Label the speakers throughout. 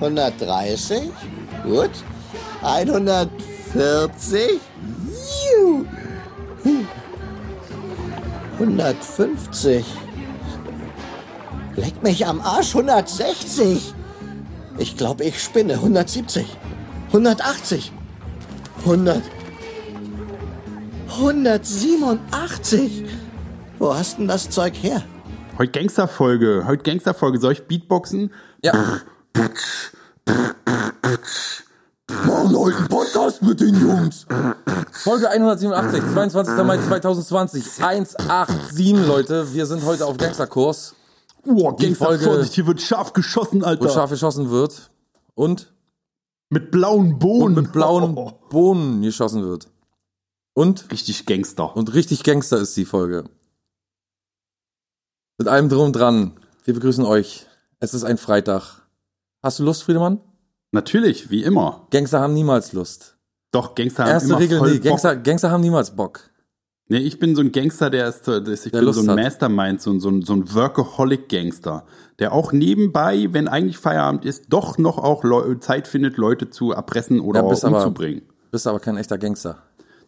Speaker 1: 130. Gut. 140. Juhu. 150. Leck mich am Arsch. 160. Ich glaube, ich spinne. 170. 180. 100. 187. Wo hast denn das Zeug her?
Speaker 2: Heute Gangsterfolge, heute Gangsterfolge. Soll ich Beatboxen?
Speaker 3: Ja.
Speaker 2: Machen heute einen Podcast mit den Jungs.
Speaker 3: Folge 187, 22. Mai 2020, 187, Leute. Wir sind heute auf Gangsterkurs,
Speaker 2: Boah,
Speaker 3: Die Folge-
Speaker 2: Gangstervorsicht, hier wird scharf geschossen, Alter.
Speaker 3: wo scharf geschossen wird und
Speaker 2: Mit blauen Bohnen.
Speaker 3: mit blauen
Speaker 2: Oh,
Speaker 3: Bohnen geschossen wird. Und,
Speaker 2: richtig Gangster.
Speaker 3: und richtig Gangster ist die Folge. Mit allem drum und dran. Wir begrüßen euch. Es ist ein Freitag. Hast du Lust, Friedemann?
Speaker 2: Natürlich, wie immer.
Speaker 3: Gangster haben niemals Lust.
Speaker 2: Doch, Gangster haben
Speaker 3: Erste
Speaker 2: immer
Speaker 3: Regel,
Speaker 2: voll
Speaker 3: nee,
Speaker 2: Bock.
Speaker 3: Gangster, Gangster haben niemals Bock.
Speaker 2: Nee, ich bin so ein Gangster, der ist, der ist ich
Speaker 3: Der
Speaker 2: bin
Speaker 3: Lust
Speaker 2: so ein
Speaker 3: hat.
Speaker 2: Mastermind, so ein, so ein, so ein Workaholic-Gangster, der auch nebenbei, wenn eigentlich Feierabend ist, doch noch auch Leu Zeit findet, Leute zu erpressen oder
Speaker 3: Ja, bist aber-
Speaker 2: umzubringen.
Speaker 3: Bist aber kein echter Gangster.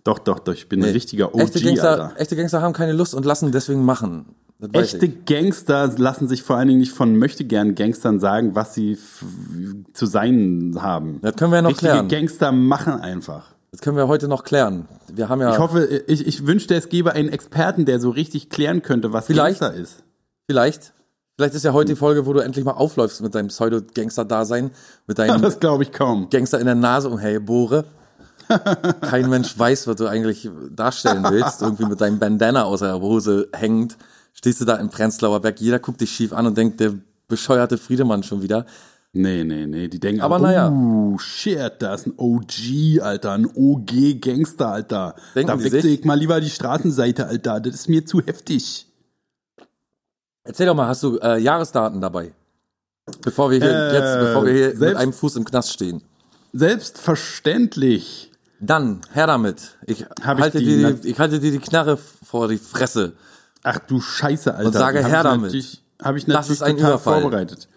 Speaker 2: Doch, doch, doch, ich bin ein richtiger OG,
Speaker 3: echte, Gangster,
Speaker 2: Alter.
Speaker 3: echte Gangster haben keine Lust und lassen deswegen machen. Das weiß
Speaker 2: Echte
Speaker 3: ich.
Speaker 2: Gangster lassen sich vor allen Dingen nicht von möchtegern Gangstern sagen, was sie f- zu sein haben.
Speaker 3: Das können wir ja noch
Speaker 2: Richtige
Speaker 3: klären.
Speaker 2: Gangster machen einfach.
Speaker 3: Das können wir heute noch klären. Wir haben ja
Speaker 2: Ich hoffe, ich, ich wünschte, es gäbe einen Experten, der so richtig klären könnte, was
Speaker 3: Vielleicht.
Speaker 2: Gangster ist.
Speaker 3: vielleicht, vielleicht ist ja heute die
Speaker 2: Hm.
Speaker 3: Folge, wo du endlich mal aufläufst mit deinem Pseudo-Gangster-Dasein, mit deinem
Speaker 2: Das glaube ich kaum.
Speaker 3: Gangster in der Nase umherbohre. Kein Mensch weiß, was du eigentlich darstellen willst. Irgendwie mit deinem Bandana aus der Hose hängend, stehst du da im Prenzlauer Berg. Jeder guckt dich schief an und denkt, der bescheuerte Friedemann schon wieder.
Speaker 2: Nee, nee, nee, die denken
Speaker 3: Aber
Speaker 2: alle,
Speaker 3: naja.
Speaker 2: oh shit, da ist ein OG, Alter, ein OG Gangster, Alter.
Speaker 3: Denken
Speaker 2: da
Speaker 3: die
Speaker 2: wechsle
Speaker 3: sich?
Speaker 2: ich mal lieber die Straßenseite, Alter, das ist mir zu heftig.
Speaker 3: Erzähl doch mal, hast du äh, Jahresdaten dabei? Bevor wir hier,
Speaker 2: Äh,
Speaker 3: jetzt, bevor wir hier mit
Speaker 2: selbst-
Speaker 3: einem Fuß im Knast stehen.
Speaker 2: Selbstverständlich.
Speaker 3: Dann, her damit. Ich,
Speaker 2: Hab ich
Speaker 3: halte,
Speaker 2: die
Speaker 3: dir
Speaker 2: Nat-
Speaker 3: die, ich halte dir die Knarre vor die Fresse.
Speaker 2: Ach du Scheiße, Alter.
Speaker 3: sage
Speaker 2: Die hab
Speaker 3: her
Speaker 2: ich
Speaker 3: damit.
Speaker 2: natürlich- Hab ich
Speaker 3: Das
Speaker 2: natürlich
Speaker 3: ist ein
Speaker 2: total
Speaker 3: Überfall.
Speaker 2: vorbereitet.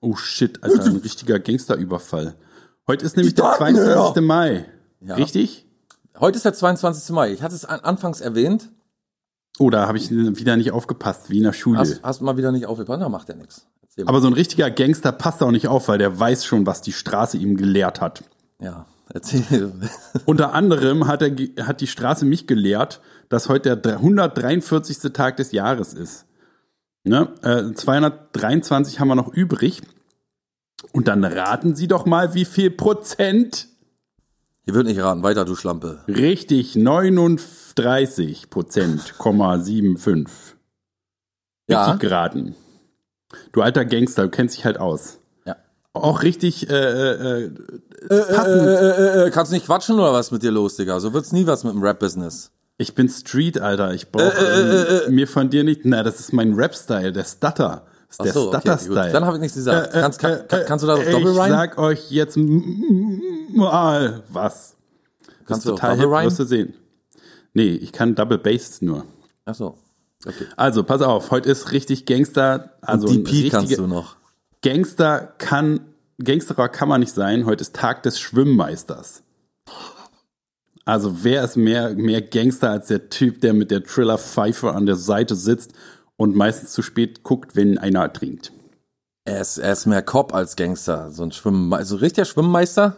Speaker 2: Oh shit, Alter, ein richtiger Gangsterüberfall. Heute ist nämlich der
Speaker 1: Daten
Speaker 2: 22. Mai.
Speaker 3: Ja.
Speaker 2: Richtig?
Speaker 3: Heute ist der 22. Mai. Ich hatte es an- anfangs erwähnt.
Speaker 2: Oh, da habe ich wieder nicht aufgepasst, wie in der Schule.
Speaker 3: Hast, hast mal wieder nicht aufgepasst. Da macht ja nichts. Erzähl mal.
Speaker 2: Aber so ein richtiger Gangster passt auch nicht auf, weil der weiß schon, was die Straße ihm gelehrt hat.
Speaker 3: ja, erzähl.
Speaker 2: Unter anderem hat, er, ge- hat die Straße mich gelehrt, dass heute der 143. Tag des Jahres ist. Ne? Äh, 223 haben wir noch übrig. Und dann raten Sie doch mal, wie viel Prozent?
Speaker 3: Hier wird nicht raten. Weiter, du Schlampe.
Speaker 2: Richtig, 39 Prozent, 75.
Speaker 3: Ja.
Speaker 2: Richtig geraten. Du alter Gangster, du kennst dich halt aus.
Speaker 3: ja.
Speaker 2: Auch richtig äh, äh,
Speaker 3: Äh, äh, äh, kannst du nicht quatschen oder was mit dir los, Digga? So wird's nie was mit dem Rap-Business.
Speaker 2: Ich bin Street, Alter. Ich
Speaker 3: Äh,
Speaker 2: brauche ähm, mir von dir nicht. Na, das ist mein Rap-Style, der Stutter. Das ist
Speaker 3: Ach
Speaker 2: der
Speaker 3: so, okay,
Speaker 2: Stutter-Style.
Speaker 3: gut. Dann hab ich nichts gesagt. Kannst- kann- kann- kannst du da
Speaker 2: äh,
Speaker 3: doppel
Speaker 2: Ich
Speaker 3: rhymen?
Speaker 2: sag euch jetzt m- m- mal was.
Speaker 3: Kannst
Speaker 2: ist
Speaker 3: du auch
Speaker 2: total
Speaker 3: Double
Speaker 2: hip,
Speaker 3: Rhyme?
Speaker 2: wirst du sehen. Nee, ich kann Double Bass nur.
Speaker 3: Ach so. Okay.
Speaker 2: Also, pass auf, heute ist richtig Gangster. Also
Speaker 3: Die
Speaker 2: ein
Speaker 3: Pi kannst
Speaker 2: richtige-
Speaker 3: du noch.
Speaker 2: Gangster kann, Gangsterer kann man nicht sein. Heute ist Tag des Schwimmmeisters. Also wer ist mehr, mehr Gangster als der Typ, der mit der Trillerpfeife an der Seite sitzt und meistens zu spät guckt, wenn einer ertrinkt?
Speaker 3: Er ist, er ist mehr Cop als Gangster. So ein Schwimmen, also richtiger Schwimmmeister.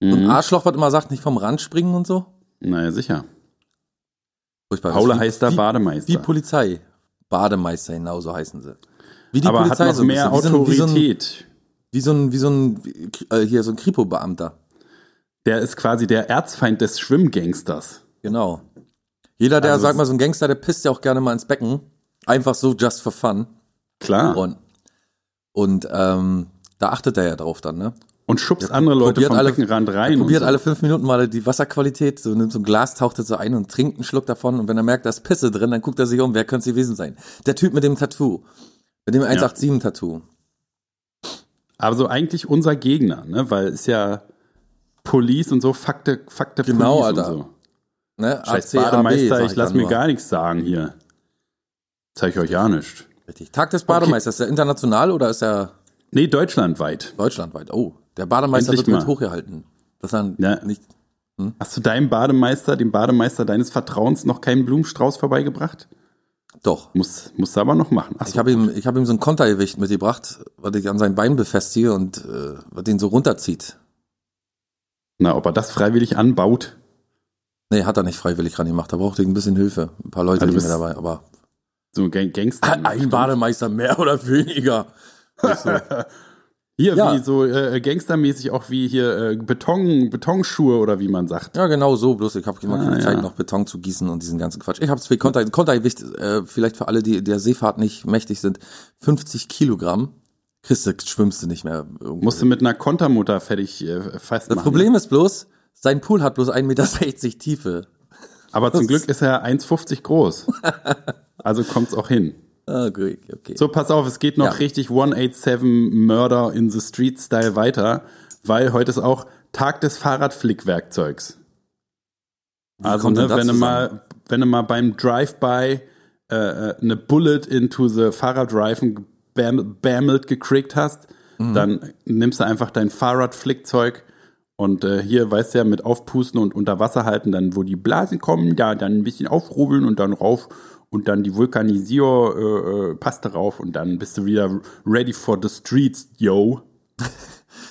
Speaker 3: So
Speaker 2: Mhm.
Speaker 3: ein Arschloch, was immer sagt, nicht vom Rand springen und so.
Speaker 2: Naja, sicher.
Speaker 3: Furchtbar.
Speaker 2: Paula
Speaker 3: Das ist Also wie-
Speaker 2: heißt da
Speaker 3: wie-
Speaker 2: Bademeister.
Speaker 3: Wie Polizei. Bademeister, genau so heißen sie. Wie die
Speaker 2: Aber hat noch
Speaker 3: so ein
Speaker 2: mehr
Speaker 3: bisschen.
Speaker 2: Autorität.
Speaker 3: Wie so ein, wie so ein, wie so ein äh, hier so ein Kripo-Beamter.
Speaker 2: Der ist quasi der Erzfeind des Schwimmgangsters.
Speaker 3: Genau. Jeder, der,
Speaker 2: Also
Speaker 3: sag
Speaker 2: es-
Speaker 3: mal, so ein Gangster, der pisst ja auch gerne mal ins Becken. Einfach so, just for fun.
Speaker 2: Klar. Und,
Speaker 3: Und, und ähm, da achtet er ja drauf dann, ne?
Speaker 2: schubst andere Leute
Speaker 3: probiert
Speaker 2: vom
Speaker 3: alle-
Speaker 2: Beckenrand rein. und
Speaker 3: Probiert
Speaker 2: so.
Speaker 3: alle fünf Minuten mal die Wasserqualität, so nimmt so ein Glas, taucht das so ein und trinkt einen Schluck davon. Und wenn er merkt, da ist Pisse drin, dann guckt er sich um, wer könnte es gewesen sein? Der Typ mit dem Tattoo. Mit dem 187-Tattoo.
Speaker 2: Aber so eigentlich unser Gegner, ne? Weil ist ja Police und so, Fakte, Fakte
Speaker 3: Genau,
Speaker 2: Police
Speaker 3: Alter.
Speaker 2: und so.
Speaker 3: Ne?
Speaker 2: Scheiß
Speaker 3: ACAB,
Speaker 2: Bademeister,
Speaker 3: sag
Speaker 2: ich lass
Speaker 3: dann
Speaker 2: mir
Speaker 3: nur.
Speaker 2: gar nichts sagen hier. Zeig euch ja nicht.
Speaker 3: Richtig. Tag des Bademeisters, ist der international oder ist er
Speaker 2: Nee, deutschlandweit.
Speaker 3: Deutschlandweit. Oh, der Bademeister
Speaker 2: Endlich
Speaker 3: wird mit
Speaker 2: mal.
Speaker 3: hochgehalten. Dass er
Speaker 2: Ja.
Speaker 3: nicht.
Speaker 2: Hast du deinem Bademeister, dem Bademeister deines Vertrauens, noch keinen Blumenstrauß vorbeigebracht?
Speaker 3: Doch.
Speaker 2: Muss, musst du aber noch machen. Ach so.
Speaker 3: Ich habe ihm, ich habe ihm so ein Kontergewicht mitgebracht, was ich an sein Bein befestige und äh, was den so runterzieht.
Speaker 2: Na, ob er das freiwillig anbaut?
Speaker 3: Nee, hat er nicht freiwillig ran gemacht. Da brauchte ich ein bisschen Hilfe. Ein paar Leute
Speaker 2: Ah, du
Speaker 3: die mit
Speaker 2: bist-
Speaker 3: dabei, aber
Speaker 2: So ein Gang- Gangster.
Speaker 3: ein Bademeister mehr oder weniger.
Speaker 2: Hier,
Speaker 3: Ja.
Speaker 2: wie so äh, gangstermäßig auch wie hier äh, Beton, Betonschuhe oder wie man sagt.
Speaker 3: Ja, genau so. Bloß ich habe immer
Speaker 2: Ah,
Speaker 3: keine Zeit,
Speaker 2: ja.
Speaker 3: noch Beton zu gießen und diesen ganzen Quatsch. Ich habe zwei Konter, Kontergewicht, äh, vielleicht für alle, die der Seefahrt nicht mächtig sind, 50 Kilogramm. Kriegst du, schwimmst du nicht mehr. irgendwo.
Speaker 2: Musst du mit einer Kontermutter fertig äh, festmachen.
Speaker 3: das Problem ist bloß, sein Pool hat bloß 1,60 Meter Tiefe.
Speaker 2: Aber zum Glück ist er 1,50 groß. Also kommt's auch hin.
Speaker 3: Ah, okay, okay.
Speaker 2: So, pass auf, es geht noch
Speaker 3: Ja.
Speaker 2: richtig 187 Murder in the Street Style weiter, weil heute ist auch Tag des Fahrradflickwerkzeugs. Also,
Speaker 3: kommt denn
Speaker 2: ne,
Speaker 3: das
Speaker 2: wenn du
Speaker 3: zusammen?
Speaker 2: mal, wenn du mal beim Drive-By äh, äh, eine Bullet into the Fahrradreifen gebam- bammelt gekriegt hast,
Speaker 3: Mhm.
Speaker 2: dann nimmst du einfach dein Fahrradflickzeug und äh, hier, weißt du ja, mit Aufpusten und unter Wasser halten, dann wo die Blasen kommen, da dann ein bisschen aufrubbeln und dann rauf und dann die Vulkanisier äh, äh, Paste rauf und dann bist du wieder ready for the streets, yo.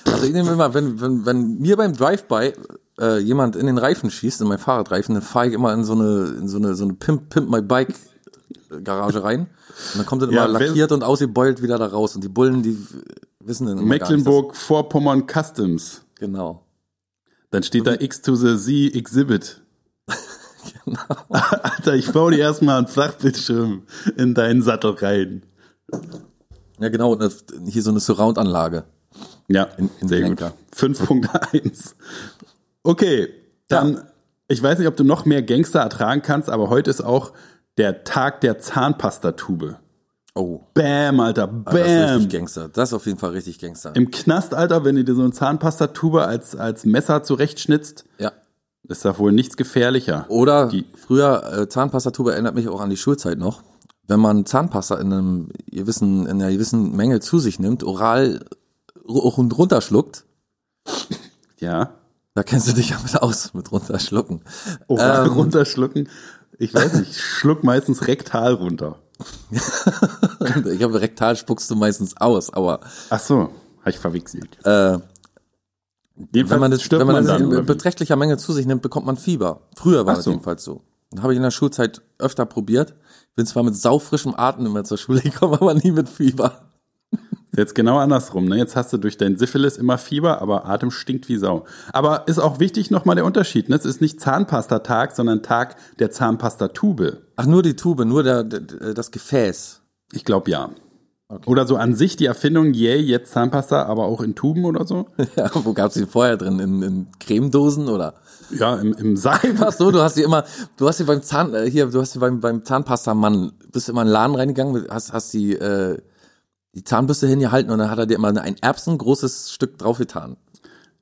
Speaker 3: Also ich nehme immer, wenn, wenn, wenn mir beim Drive-By äh, jemand in den Reifen schießt, in mein Fahrradreifen, dann fahre ich immer in so eine, in so eine, so eine Pimp, Pimp My Bike äh, Garage rein. Und dann kommt dann immer
Speaker 2: Ja, wenn-
Speaker 3: lackiert und ausgebeult wieder da raus. Und die Bullen, die wissen dann immer Gar nicht,
Speaker 2: Mecklenburg-Vorpommern Customs.
Speaker 3: dass, genau.
Speaker 2: Dann steht da X to the Z Exhibit.
Speaker 3: genau.
Speaker 2: Alter, ich baue dir erstmal einen Flachbildschirm in deinen Sattel rein.
Speaker 3: Ja, genau. Und das- hier so eine Surround-Anlage.
Speaker 2: Ja,
Speaker 3: in
Speaker 2: sehr
Speaker 3: den
Speaker 2: gut.
Speaker 3: Lenker.
Speaker 2: 5.1. Okay, dann,
Speaker 3: Ja.
Speaker 2: ich weiß nicht, ob du noch mehr Gangster ertragen kannst, aber heute ist auch der Tag der Zahnpastatube.
Speaker 3: Oh,
Speaker 2: Bam, Alter, bam.
Speaker 3: Ah, das ist richtig Gangster. Das ist auf jeden Fall richtig Gangster.
Speaker 2: Im Knast, Alter, wenn du dir so eine Zahnpastatube als, als Messer zurechtschnitzt,
Speaker 3: ja.
Speaker 2: ist da wohl nichts gefährlicher.
Speaker 3: Oder
Speaker 2: Die-
Speaker 3: früher äh, Zahnpastatube erinnert mich auch an die Schulzeit noch. Wenn man Zahnpasta in, einem gewissen, in einer gewissen Menge zu sich nimmt, oral ru- und runterschluckt,
Speaker 2: Ja.
Speaker 3: da kennst du dich ja mit aus, mit runterschlucken.
Speaker 2: Oder
Speaker 3: Ähm.
Speaker 2: runterschlucken. Ich weiß nicht, ich schluck meistens rektal runter.
Speaker 3: Ich habe rektal spuckst du meistens aus, aber
Speaker 2: Ach so, habe ich verwechselt.
Speaker 3: äh,
Speaker 2: Jedenfalls
Speaker 3: wenn man das,
Speaker 2: stirbt
Speaker 3: wenn man das
Speaker 2: dann,
Speaker 3: in
Speaker 2: oder wie?
Speaker 3: beträchtlicher Menge zu sich nimmt, bekommt man Fieber. Früher war
Speaker 2: Ach
Speaker 3: das
Speaker 2: so.
Speaker 3: jedenfalls so. Dann habe ich in der Schulzeit öfter probiert. Bin zwar mit saufrischem Atem immer zur Schule gekommen, aber nie mit Fieber.
Speaker 2: Jetzt genau andersrum. Ne? Jetzt hast du durch dein Syphilis immer Fieber, aber Atem stinkt wie Sau. Aber ist auch wichtig nochmal der Unterschied. Ne? Es ist nicht Zahnpastatag, sondern Tag der Zahnpastatube.
Speaker 3: Ach, nur die Tube, nur der, der, das Gefäß.
Speaker 2: Ich glaube ja. Oder so an sich die Erfindung, yay, jetzt Zahnpasta, aber auch in Tuben oder so.
Speaker 3: Ja, wo gab's die vorher drin? In, in Cremedosen oder?
Speaker 2: Ja, im, im Sack.
Speaker 3: Ach so, du hast sie immer, du hast sie beim Zahn, äh, hier, du hast sie beim, beim Zahnpastamann, bist immer in den Laden reingegangen, mit- hast, hast die, äh, die Zahnbürste hingehalten und dann hat er dir immer ein erbsengroßes Stück draufgetan.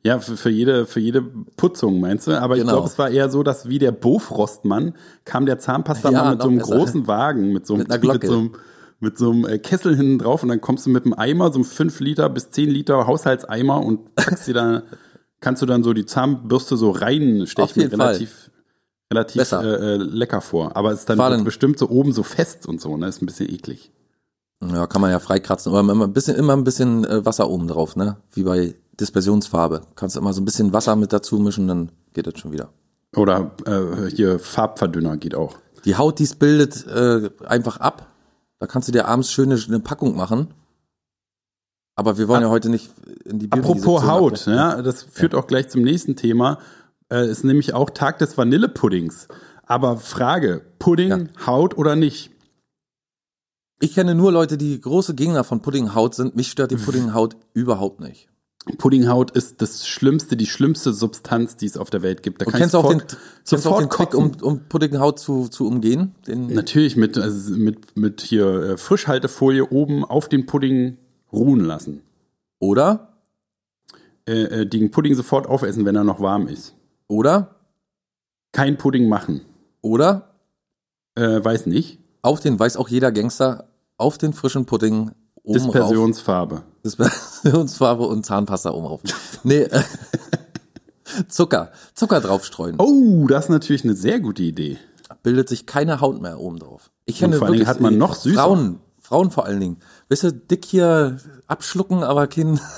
Speaker 2: Ja, für, für, jede, für jede Putzung, meinst du? Aber ich
Speaker 3: Genau.
Speaker 2: glaube, es war eher so, dass wie der Bofrostmann kam der Zahnpastamann
Speaker 3: Ja,
Speaker 2: mit so
Speaker 3: noch
Speaker 2: einem
Speaker 3: besser.
Speaker 2: großen Wagen, mit so einem,
Speaker 3: Mit einer
Speaker 2: mit
Speaker 3: Glocke.
Speaker 2: so einem, mit so einem äh, Kessel hinten drauf und dann kommst du mit einem Eimer, so einem 5 Liter bis 10 Liter Haushaltseimer und packst dir da, kannst du dann so die Zahnbürste so reinstechen.
Speaker 3: Auf jeden
Speaker 2: relativ, relativ
Speaker 3: Besser.
Speaker 2: äh, äh, lecker vor. Aber es ist dann
Speaker 3: War denn-
Speaker 2: bestimmt so oben so fest und so, ne? Ist ein bisschen eklig.
Speaker 3: Ja, kann man ja freikratzen, aber immer ein bisschen, immer ein bisschen äh, Wasser oben drauf, ne? Wie bei Dispersionsfarbe. Kannst du immer so ein bisschen Wasser mit dazu mischen, dann geht das schon wieder.
Speaker 2: Oder äh, hier Farbverdünner geht auch.
Speaker 3: Die Haut, die es bildet, äh, einfach ab. Da kannst du dir abends schöne eine Packung machen. Aber wir wollen ja heute nicht in die
Speaker 2: Apropos
Speaker 3: Biodiesel-
Speaker 2: Haut, ne? ja, das führt auch gleich zum nächsten Thema. Äh, ist nämlich auch Tag des Vanillepuddings. Aber Frage: Pudding, Haut oder nicht?
Speaker 3: Ich kenne nur Leute, die große Gegner von Puddinghaut sind. Mich stört
Speaker 2: Mhm.
Speaker 3: die Puddinghaut überhaupt nicht.
Speaker 2: Puddinghaut ist das Schlimmste, die schlimmste Substanz, die es auf der Welt gibt. Da
Speaker 3: Und
Speaker 2: kann
Speaker 3: kennst du
Speaker 2: ich
Speaker 3: auch den,
Speaker 2: sofort-
Speaker 3: kennst du auch den
Speaker 2: sofort
Speaker 3: Trick, um,
Speaker 2: kotzen.
Speaker 3: um Puddinghaut zu, zu umgehen? Den,
Speaker 2: Natürlich mit, also mit, mit hier äh, Frischhaltefolie oben auf den Pudding ruhen lassen.
Speaker 3: oder?
Speaker 2: Äh, äh, den Pudding sofort aufessen, wenn er noch warm ist.
Speaker 3: Oder?
Speaker 2: Kein Pudding machen.
Speaker 3: Oder?
Speaker 2: Äh, weiß nicht.
Speaker 3: Auf den, weiß auch jeder Gangster, auf den frischen Pudding oben rauf.
Speaker 2: Dispersionsfarbe.
Speaker 3: Dispersionsfarbe und Zahnpasta oben rauf. Nee, äh, Zucker. Zucker draufstreuen.
Speaker 2: Oh, das ist natürlich eine sehr gute Idee.
Speaker 3: Bildet sich keine Haut mehr oben drauf. Ich kenne
Speaker 2: vor allen
Speaker 3: wirklich äh,
Speaker 2: Dingen hat man noch süßer.
Speaker 3: Frauen, Frauen vor allen Dingen. Weißt du, dick hier abschlucken, aber kein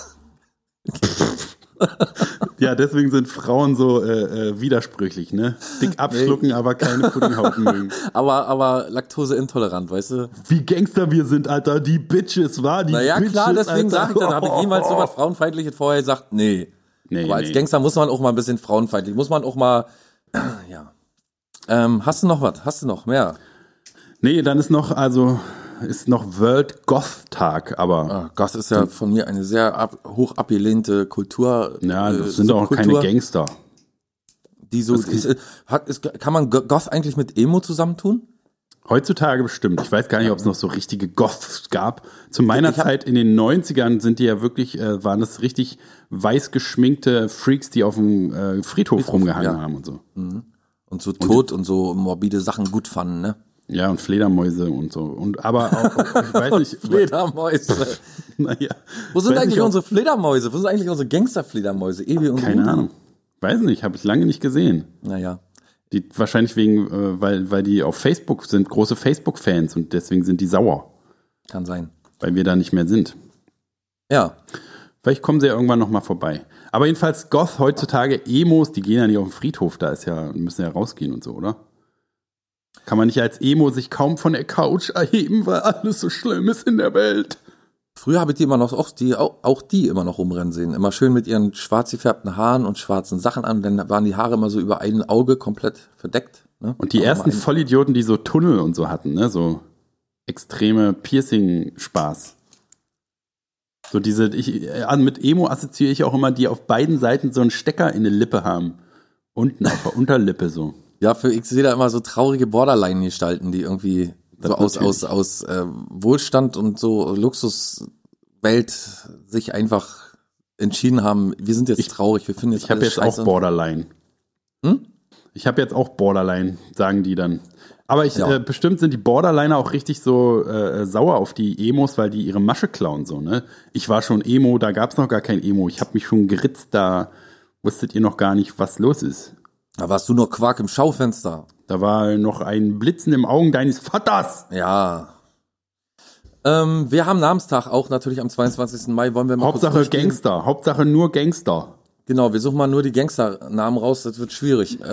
Speaker 2: Ja, deswegen sind Frauen so äh, äh, widersprüchlich, ne? Dick abschlucken, aber keine Puddinghaut mögen.
Speaker 3: aber, aber laktoseintolerant, weißt du?
Speaker 2: Wie Gangster wir sind, Alter. Die Bitches, war die
Speaker 3: Naja,
Speaker 2: Bitches,
Speaker 3: klar, deswegen sage
Speaker 2: Alter.
Speaker 3: ich, dann habe ich jemals so was Frauenfeindliches vorher gesagt, nee.
Speaker 2: Nee,
Speaker 3: aber als
Speaker 2: nee.
Speaker 3: Gangster muss man auch mal ein bisschen frauenfeindlich, muss man auch mal, ja. Ähm, hast du noch was? Hast du noch mehr?
Speaker 2: Nee, dann ist noch, also, ist noch World Goth Tag, aber
Speaker 3: Ah, Gott, das ist ja von mir eine sehr ab, hoch abgelehnte Kultur.
Speaker 2: ja,
Speaker 3: äh,
Speaker 2: das sind auch keine
Speaker 3: Subkultur,
Speaker 2: Gangster.
Speaker 3: Die so,
Speaker 2: Das-
Speaker 3: ist, äh, hat, ist, kann man Go- Goth eigentlich mit Emo zusammentun?
Speaker 2: Heutzutage bestimmt. Ich weiß gar nicht, ob es noch so richtige Goths gab. Zu meiner
Speaker 3: Ich hab-
Speaker 2: Zeit in den 90ern sind die ja wirklich, äh, waren das richtig weiß geschminkte Freaks, die auf dem äh, Friedhof rumgehangen
Speaker 3: ja.
Speaker 2: haben und so.
Speaker 3: Und so tot und so morbide Sachen gut fanden, ne?
Speaker 2: Ja, und Fledermäuse und so. Und aber auch, ich weiß nicht,
Speaker 3: Fledermäuse.
Speaker 2: naja.
Speaker 3: Wo sind
Speaker 2: Weiß
Speaker 3: eigentlich
Speaker 2: nicht, ob-
Speaker 3: unsere Fledermäuse? Wo sind eigentlich unsere Gangster-Fledermäuse? Ewi und
Speaker 2: Keine
Speaker 3: Rudi?
Speaker 2: Ahnung. Weiß nicht, habe ich lange nicht gesehen.
Speaker 3: Naja.
Speaker 2: Die wahrscheinlich wegen, äh, weil, weil die auf Facebook sind, große Facebook-Fans und deswegen sind die sauer,
Speaker 3: Kann sein.
Speaker 2: weil wir da nicht mehr sind.
Speaker 3: Ja.
Speaker 2: Vielleicht kommen sie ja irgendwann nochmal vorbei. Aber jedenfalls Goth heutzutage, Emos, die gehen ja nicht auf den Friedhof, da ist ja, müssen ja rausgehen und so, oder? Kann man nicht als Emo sich kaum von der Couch erheben, weil alles so schlimm ist in der Welt.
Speaker 3: Früher habe ich die immer noch, auch die, auch, auch die immer noch rumrennen sehen. Immer schön mit ihren schwarz gefärbten Haaren und schwarzen Sachen an. Dann waren die Haare immer so über ein Auge komplett verdeckt. Ne?
Speaker 2: Und die
Speaker 3: Aber
Speaker 2: ersten
Speaker 3: ein-
Speaker 2: Vollidioten, die so Tunnel und so hatten, ne, so extreme Piercing-Spaß. So diese, ich, äh, mit Emo assoziiere ich auch immer, die auf beiden Seiten so einen Stecker in der Lippe haben. Unten auf der Unterlippe so.
Speaker 3: Ja, für, ich sehe da immer so traurige Borderline-Gestalten, die irgendwie so aus, aus,
Speaker 2: natürlich.
Speaker 3: aus äh, Wohlstand und so Luxuswelt sich einfach entschieden haben, wir sind jetzt traurig, wir finden jetzt
Speaker 2: Ich habe
Speaker 3: alles
Speaker 2: jetzt auch
Speaker 3: scheiße.
Speaker 2: Borderline. Ich habe jetzt auch Borderline, sagen die dann. Aber ich,
Speaker 3: Ja.
Speaker 2: äh, bestimmt sind die Borderliner auch richtig so äh, äh, sauer auf die Emos, weil die ihre Masche klauen so, ne? Ich war schon Emo, da gab's noch gar kein Emo. Ich habe mich schon geritzt, da wusstet ihr noch gar nicht, was los ist.
Speaker 3: Da warst du nur Quark im Schaufenster.
Speaker 2: Da war noch ein Blitzen im Augen deines Vaters.
Speaker 3: Ja. Ähm, wir haben Namenstag auch natürlich am 22. Mai. Wollen wir mal
Speaker 2: Hauptsache
Speaker 3: kurz durchgehen?
Speaker 2: Gangster, Hauptsache nur Gangster.
Speaker 3: Genau, wir suchen mal nur die Gangster-Namen raus, das wird schwierig. Äh,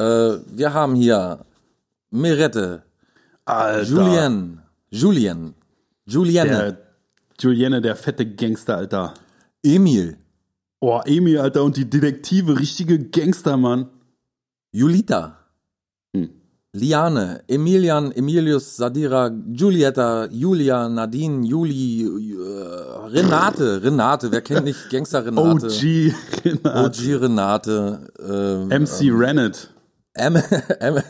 Speaker 3: wir haben hier Mirette,
Speaker 2: Alter.
Speaker 3: Julien, Julien, Julienne,
Speaker 2: Der, Julienne, der fette Gangster, Alter.
Speaker 3: Emil,
Speaker 2: Oh, Emil, Alter, und die Detektive, richtige Gangster, Mann.
Speaker 3: Julita,
Speaker 2: Hm.
Speaker 3: Liane, Emilian, Emilius, Sadira, Julietta, Julia, Nadine, Juli, äh, Renate, Renate, wer kennt nicht Gangster Renate?
Speaker 2: OG, Renat.
Speaker 3: OG Renate, ähm,
Speaker 2: MC Rennet.
Speaker 3: M, M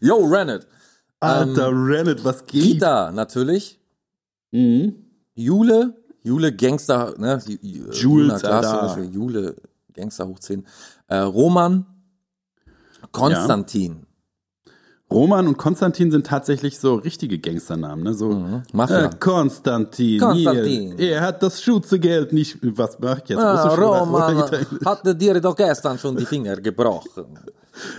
Speaker 3: Yo, Rennet. Ähm,
Speaker 2: Alter, Rennet, was geht?
Speaker 3: Rita, natürlich.
Speaker 2: Mhm.
Speaker 3: Jule, Jule Gangster, ne? Ju- Ju- Juna Glas zum
Speaker 2: Alter.
Speaker 3: Beispiel, Jule Gangster hochziehen. Äh, Roman, Konstantin,
Speaker 2: Roman und Konstantin sind tatsächlich so richtige Gangsternamen, ne? So
Speaker 3: Mafia.
Speaker 2: äh, Konstantin.
Speaker 3: Mhm. Konstantin.
Speaker 2: Hier, er hat das Schutzegeld nicht. Was mach ich jetzt?
Speaker 3: Ah,
Speaker 2: Russisch oder- oder
Speaker 3: Roman,
Speaker 2: Italienisch?
Speaker 3: hatte dir doch gestern schon die Finger gebrochen.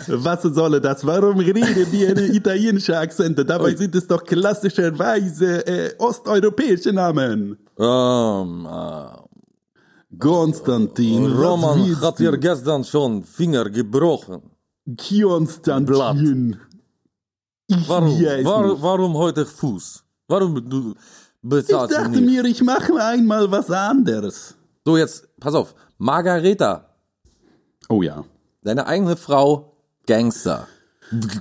Speaker 2: Was soll das? Warum reden die in italienische Akzente?
Speaker 3: Oh.
Speaker 2: Dabei sind es doch klassischerweise äh, osteuropäische Namen.
Speaker 3: Ähm, äh,
Speaker 2: Konstantin, was
Speaker 3: Roman
Speaker 2: willst
Speaker 3: hat
Speaker 2: du?
Speaker 3: dir gestern schon Finger gebrochen.
Speaker 2: Konstantin. Ich
Speaker 3: Warum,
Speaker 2: weiß nicht.
Speaker 3: war, warum heute Fuß? Warum du
Speaker 2: Ich
Speaker 3: bezahlst du
Speaker 2: dachte
Speaker 3: nicht?
Speaker 2: mir, ich mache einmal was anderes.
Speaker 3: So, jetzt, pass auf. Margareta,
Speaker 2: Oh ja.
Speaker 3: deine eigene Frau, Gangster.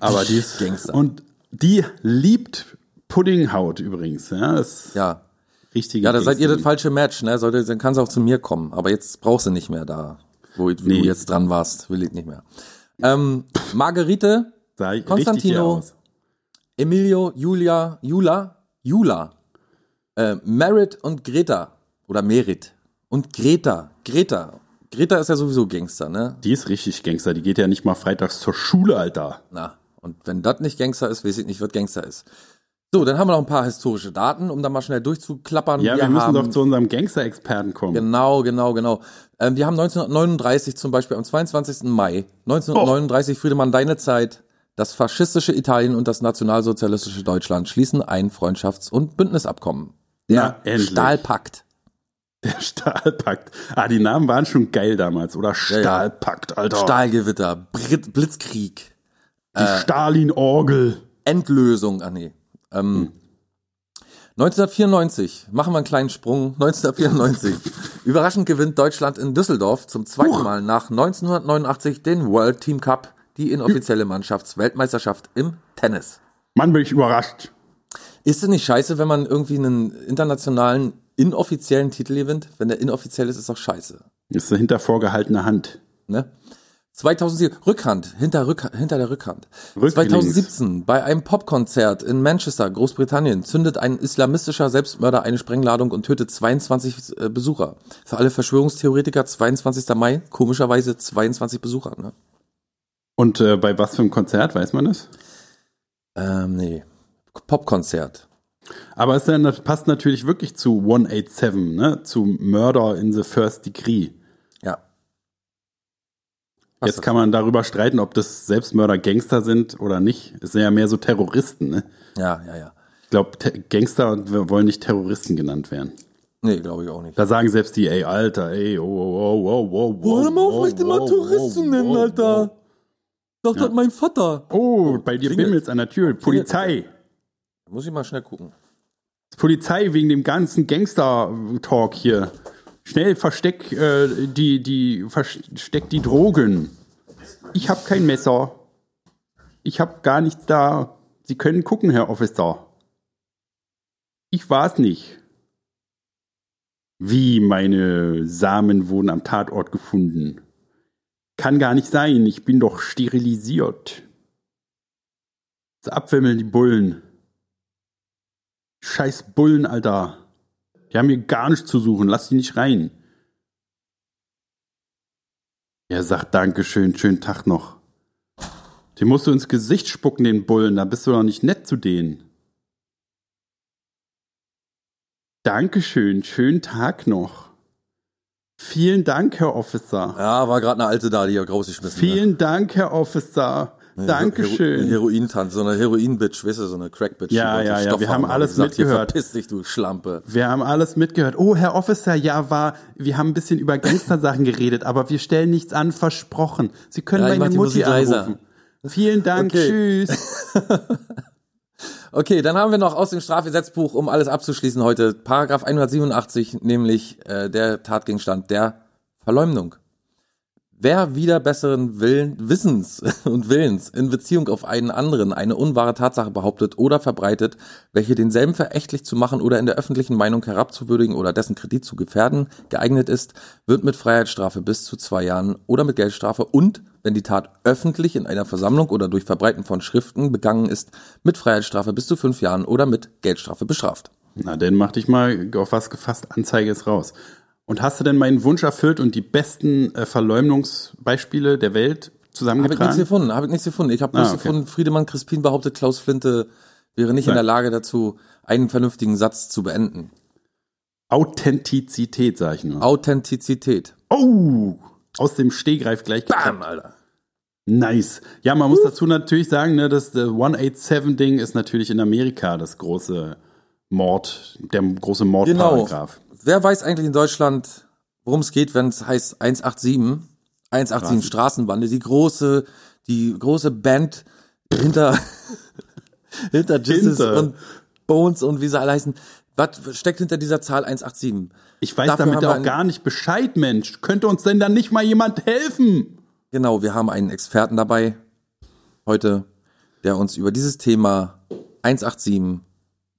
Speaker 2: Aber die ist
Speaker 3: Gangster.
Speaker 2: Und die liebt Puddinghaut übrigens. Ja, das ist
Speaker 3: ja.
Speaker 2: richtige
Speaker 3: Ja, da seid ihr
Speaker 2: Gangsterin.
Speaker 3: das falsche Match, ne? Sollte, dann kannst du auch zu mir kommen. Aber jetzt brauchst du nicht mehr da, wo du
Speaker 2: Nee.
Speaker 3: jetzt dran warst. Will ich nicht mehr. Ähm, Margarete,
Speaker 2: Sah ich richtig hier
Speaker 3: Konstantino,
Speaker 2: aus.
Speaker 3: Emilio, Julia, Jula, Jula, äh, Merit und Greta. Oder Merit. Und Greta. Greta. Greta ist ja sowieso Gangster, ne?
Speaker 2: Die ist richtig Gangster. Die geht ja nicht mal freitags zur Schule, Alter.
Speaker 3: Na, und wenn das nicht Gangster ist, weiß ich nicht, was Gangster ist. So, dann haben wir noch ein paar historische Daten, um da mal schnell durchzuklappern.
Speaker 2: Ja, wir, müssen
Speaker 3: haben,
Speaker 2: doch zu unserem Gangster-Experten kommen.
Speaker 3: Genau, genau, genau. Ähm, wir haben 1939 zum Beispiel am 22. Mai 1939, Friedemann, deine Zeit. Das faschistische Italien und das nationalsozialistische Deutschland schließen ein Freundschafts- und Bündnisabkommen.
Speaker 2: Na, endlich.
Speaker 3: Stahlpakt.
Speaker 2: Der Stahlpakt. Ah, die Namen waren schon geil damals. Oder
Speaker 3: ja.
Speaker 2: Stahlpakt, Alter.
Speaker 3: Stahlgewitter, Brit Blitzkrieg,
Speaker 2: die
Speaker 3: äh.
Speaker 2: Stalin-Orgel.
Speaker 3: Endlösung. Ah nee. Ähm, 1994, machen wir einen kleinen Sprung. 1994. Überraschend gewinnt Deutschland in Düsseldorf zum zweiten Mal nach 1989 den World Team Cup, die inoffizielle Mannschaftsweltmeisterschaft im Tennis.
Speaker 2: Mann, bin ich überrascht.
Speaker 3: Ist es nicht scheiße, wenn man irgendwie einen internationalen inoffiziellen Titel gewinnt? Wenn der inoffiziell ist, ist doch scheiße.
Speaker 2: Ist hinter vorgehaltener Hand.
Speaker 3: Ne? 2007, Rückhand, hinter, Rück, hinter der Rückhand.
Speaker 2: Rücklinks.
Speaker 3: 2017, bei einem Popkonzert in Manchester, Großbritannien, zündet ein islamistischer Selbstmörder eine Sprengladung und tötet 22 äh, Besucher. Für alle Verschwörungstheoretiker, 22. Mai, komischerweise 22 Besucher. Ne?
Speaker 2: Und äh, bei was für einem Konzert, weiß man das?
Speaker 3: Ähm, nee, Popkonzert.
Speaker 2: Aber es dann- das passt natürlich wirklich zu 187, ne? Zu Murder in the First Degree.
Speaker 3: Ja.
Speaker 2: Jetzt kann man darüber streiten, ob das Selbstmörder Gangster sind oder nicht. Es sind ja mehr so Terroristen, ne?
Speaker 3: Ja, ja, ja.
Speaker 2: Ich glaube, Gangster wollen nicht Terroristen genannt werden.
Speaker 3: Nee, glaube ich auch nicht.
Speaker 2: Da sagen selbst die, ey, Alter, ey, oh, oh, oh, oh, oh,
Speaker 3: Hör mal auf,
Speaker 2: oh,
Speaker 3: mich immer
Speaker 2: oh,
Speaker 3: Tourist zu
Speaker 2: oh,
Speaker 3: nennen,
Speaker 2: oh,
Speaker 3: Alter. Doch, das
Speaker 2: Ja.
Speaker 3: mein Vater.
Speaker 2: Oh, bei dir
Speaker 3: Klingelt.
Speaker 2: bimmelt's an der Tür. Polizei.
Speaker 3: Muss ich mal schnell gucken.
Speaker 2: Polizei wegen dem ganzen Gangster-Talk hier. Schnell versteck äh, die, die, versteck die Drogen. Ich hab kein Messer. Ich hab gar nichts da. Sie können gucken, Herr Officer. Ich war's nicht. Wie meine Samen wurden am Tatort gefunden. Kann gar nicht sein, ich bin doch sterilisiert. Sie abwimmeln die Bullen. Scheiß Bullen, Alter. Die haben hier gar nichts zu suchen. Lass die nicht rein. Er sagt Dankeschön, schönen Tag noch. Den musst du ins Gesicht spucken, den Bullen. Da bist du doch nicht nett zu denen. Dankeschön, schönen Tag noch. Vielen Dank, Herr Officer.
Speaker 3: Ja, war gerade eine alte da, die ja rausgeschmissen ne?
Speaker 2: Vielen Dank, Herr Officer. Dankeschön.
Speaker 3: Eine Heroin-Tante, so eine Heroin-Bitch, weißt du, so eine Crack-Bitch.
Speaker 2: Ja,
Speaker 3: Die
Speaker 2: ja,
Speaker 3: wollte
Speaker 2: ja,
Speaker 3: Stoff
Speaker 2: wir haben
Speaker 3: haben
Speaker 2: alles
Speaker 3: die sagt, hier,
Speaker 2: mitgehört.
Speaker 3: Verpiss dich, du Schlampe.
Speaker 2: Wir haben alles mitgehört. Oh, Herr Officer, ja, war, wir haben ein bisschen über Gangstersachen geredet, aber wir stellen nichts an, versprochen. Sie können
Speaker 3: Ja, ich mach
Speaker 2: meine
Speaker 3: die
Speaker 2: Mutti
Speaker 3: Musik leiser.
Speaker 2: anrufen. Vielen Dank,
Speaker 3: Okay.
Speaker 2: tschüss.
Speaker 3: Okay, dann haben wir noch aus dem Strafgesetzbuch, um alles abzuschließen heute, Paragraph 187, nämlich äh, der Tatgegenstand der Verleumdung. Wer wider besseren Willen, Wissens und Willens in Beziehung auf einen anderen eine unwahre Tatsache behauptet oder verbreitet, welche denselben verächtlich zu machen oder in der öffentlichen Meinung herabzuwürdigen oder dessen Kredit zu gefährden geeignet ist, wird mit Freiheitsstrafe bis zu zwei Jahren oder mit Geldstrafe und, wenn die Tat öffentlich in einer Versammlung oder durch Verbreiten von Schriften begangen ist, mit Freiheitsstrafe bis zu fünf Jahren oder mit Geldstrafe bestraft.
Speaker 2: Na, dann mach dich mal auf was gefasst, Anzeige ist raus. Und hast du denn meinen Wunsch erfüllt und die besten äh, Verleumdungsbeispiele der Welt
Speaker 3: Habe ich nichts
Speaker 2: zusammengetragen?
Speaker 3: gefunden, habe ich nichts gefunden. Ich habe bloß
Speaker 2: Ah, okay.
Speaker 3: gefunden, Friedemann Crispin behauptet, Klaus Flinte wäre nicht in
Speaker 2: Nein.
Speaker 3: der Lage dazu, einen vernünftigen Satz zu beenden.
Speaker 2: Authentizität, sag ich nur.
Speaker 3: Authentizität.
Speaker 2: Oh! Aus dem Stehgreif gleich
Speaker 3: Bam,
Speaker 2: geklappt.
Speaker 3: Alter.
Speaker 2: Nice. Ja, man muss dazu natürlich sagen, ne, das äh, 187-Ding ist natürlich in Amerika das große Mord, der große
Speaker 3: Genau.
Speaker 2: Mordparagraf.
Speaker 3: Wer weiß eigentlich in Deutschland, worum es geht, wenn es heißt 187? 187 Straßenbande, die große, die große Band hinter, hinter Jesus
Speaker 2: Hinter.
Speaker 3: und Bones und wie sie alle heißen. Was steckt hinter dieser Zahl 187?
Speaker 2: Ich weiß
Speaker 3: Dafür
Speaker 2: damit
Speaker 3: haben wir
Speaker 2: auch
Speaker 3: einen-
Speaker 2: gar nicht Bescheid, Mensch. Könnte uns denn dann nicht mal jemand helfen?
Speaker 3: Genau, wir haben einen Experten dabei heute, der uns über dieses Thema 187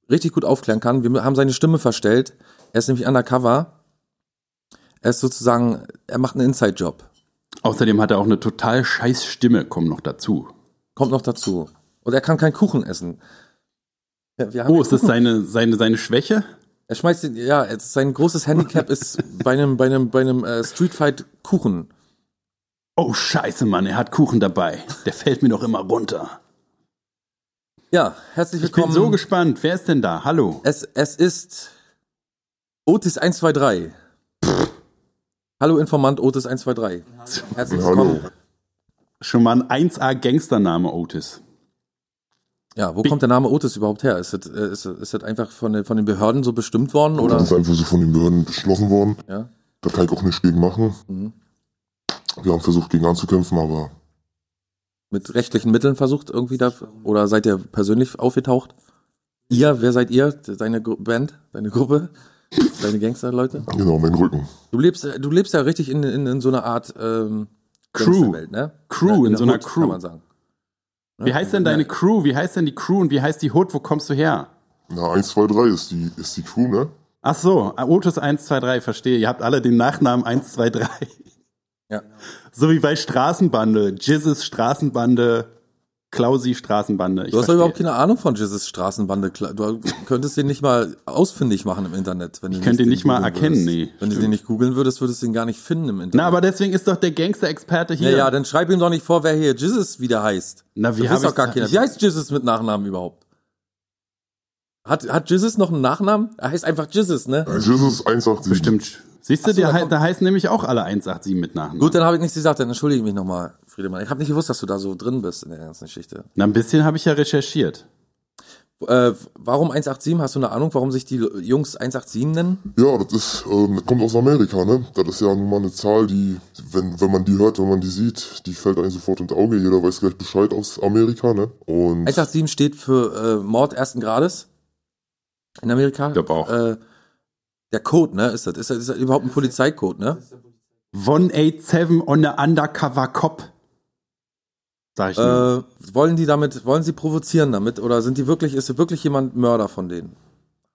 Speaker 3: richtig gut aufklären kann. Wir haben seine Stimme verstellt. Er ist nämlich undercover. Er ist sozusagen, er macht einen Inside-Job.
Speaker 2: Außerdem hat er auch eine total scheiß Stimme, komm noch dazu.
Speaker 3: Kommt noch dazu. Und er kann keinen Kuchen essen. Ja, wir haben
Speaker 2: Oh, ist das seine, seine, seine Schwäche?
Speaker 3: er schmeißt den, ja, es ist sein großes Handicap ist bei einem, bei einem, bei einem äh, Streetfight Kuchen.
Speaker 2: Oh, scheiße, Mann, er hat Kuchen dabei. Der fällt mir doch immer runter.
Speaker 3: Ja, herzlich
Speaker 2: Ich bin
Speaker 3: willkommen.
Speaker 2: so gespannt. Wer ist denn da? Hallo.
Speaker 3: es, es ist Otis 123. Hallo Informant Otis 123. Herzlich willkommen.
Speaker 2: Schon mal ein 1A-Gangstername, Otis.
Speaker 3: Ja, wo kommt der Name Otis überhaupt her? Ist das, äh, ist, das- ist das einfach von, den- von den Behörden so bestimmt worden
Speaker 4: Oder? Das
Speaker 3: oder?
Speaker 4: ist einfach so von den Behörden beschlossen worden.
Speaker 3: Ja.
Speaker 4: Da kann ich auch nichts gegen machen.
Speaker 3: Mhm.
Speaker 4: Wir haben versucht, gegen anzukämpfen, aber
Speaker 3: Mit rechtlichen Mitteln versucht irgendwie da oder seid ihr persönlich aufgetaucht? Ihr, wer seid ihr? Deine Gru Band, deine Gruppe, deine Gangsterleute?
Speaker 4: genau, mein Rücken.
Speaker 3: Du lebst, äh, du lebst ja richtig in, in, in so einer Art ähm,
Speaker 2: Crew.
Speaker 3: Gangsterwelt, ne?
Speaker 2: Crew,
Speaker 3: Ja,
Speaker 2: in
Speaker 3: der
Speaker 2: so einer
Speaker 3: Hood,
Speaker 2: Crew.
Speaker 3: Kann man sagen.
Speaker 2: Wie heißt denn deine
Speaker 3: Ja.
Speaker 2: Crew? Wie heißt denn die Crew und wie heißt die Hood? Wo kommst du her?
Speaker 4: Na, 1, 2, 3 ist die, ist die Crew, ne?
Speaker 2: Ach so, Otis 123, verstehe. Ihr habt alle den Nachnamen 123.
Speaker 3: Ja.
Speaker 2: So wie bei Straßenbande. Jizzes Straßenbande, Klausi Straßenbande. Ich
Speaker 3: Du hast doch
Speaker 2: verstehe.
Speaker 3: überhaupt keine Ahnung von Jesus Straßenbande. Kla- Du könntest den nicht mal ausfindig machen im Internet. Wenn du
Speaker 2: Ich könnte ihn
Speaker 3: den
Speaker 2: nicht mal
Speaker 3: googeln
Speaker 2: erkennen, nee,
Speaker 3: würdest. Wenn du den
Speaker 2: stimmt.
Speaker 3: nicht googeln würdest, würdest du ihn gar nicht finden im Internet.
Speaker 2: Na, aber deswegen ist doch der Gangster-Experte hier.
Speaker 3: Ja, ja, dann schreib ihm doch nicht vor, wer hier Jesus wieder heißt.
Speaker 2: Na, wie
Speaker 3: das
Speaker 2: hab
Speaker 3: ist doch
Speaker 2: ich's-
Speaker 3: gar keiner. Wie heißt Jesus mit Nachnamen überhaupt? Hat, hat Jesus noch einen Nachnamen? Er heißt einfach Jesus, ne?
Speaker 4: Jesus 187.
Speaker 2: Stimmt. Siehst du,
Speaker 3: Ach so,
Speaker 2: der
Speaker 3: da
Speaker 2: hei-
Speaker 3: kommt-
Speaker 2: da heißen nämlich auch alle 187 mit Nachnamen.
Speaker 3: Gut, dann habe ich nichts gesagt, dann entschuldige ich mich nochmal, Friedemann. Ich habe nicht gewusst, dass du da so drin bist in der ganzen Geschichte.
Speaker 2: Na, ein bisschen habe ich ja recherchiert.
Speaker 3: Äh, warum 187? Hast du eine Ahnung, warum sich die Jungs 187 nennen?
Speaker 4: Ja, das ist, ähm, das kommt aus Amerika, ne? Das ist ja nun mal eine Zahl, die, wenn, wenn man die hört, wenn man die sieht, die fällt einem sofort ins Auge. Jeder weiß gleich Bescheid aus Amerika, ne? Und
Speaker 3: 187 steht für äh, Mord ersten Grades in Amerika. Ich
Speaker 2: glaub auch.
Speaker 3: Äh, der Code, ne? Ist das, ist das, ist das überhaupt ein Polizeicode, ne?
Speaker 2: 187 on the undercover cop. Sag ich nur.
Speaker 3: Äh, wollen die damit, wollen sie provozieren damit oder sind die wirklich, ist wirklich jemand Mörder von denen?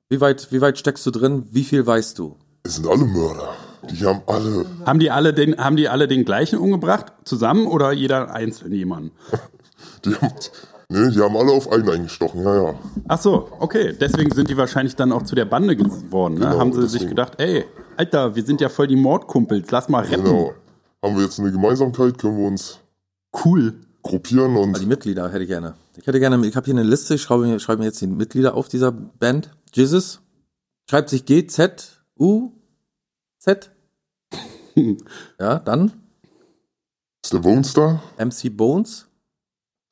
Speaker 3: Wie weit, wie weit steckst du drin? Wie viel weißt du?
Speaker 4: es sind alle Mörder. Die haben alle,
Speaker 2: Haben die alle den, haben die alle den gleichen umgebracht? Zusammen oder jeder einzeln jemanden?
Speaker 4: die haben, ne, die haben alle auf einen eingestochen, ja, ja.
Speaker 2: Ach so, okay. Deswegen sind die wahrscheinlich dann auch zu der Bande geworden. Ne?
Speaker 4: Genau,
Speaker 2: Haben sie sich
Speaker 4: deswegen.
Speaker 2: gedacht, ey, Alter, wir sind ja voll die Mordkumpels, lass mal retten.
Speaker 4: Genau. Haben wir jetzt eine Gemeinsamkeit, können wir uns
Speaker 2: Cool.
Speaker 4: gruppieren
Speaker 3: Ah, Die
Speaker 4: und
Speaker 3: Mitglieder hätte ich gerne. Ich hätte gerne, ich habe hier eine Liste, ich schreibe mir, schreibe mir jetzt die Mitglieder auf dieser Band. Jesus schreibt sich G, Z, U, Z. ja, dann
Speaker 4: ist der Bones da?
Speaker 3: MC Bones,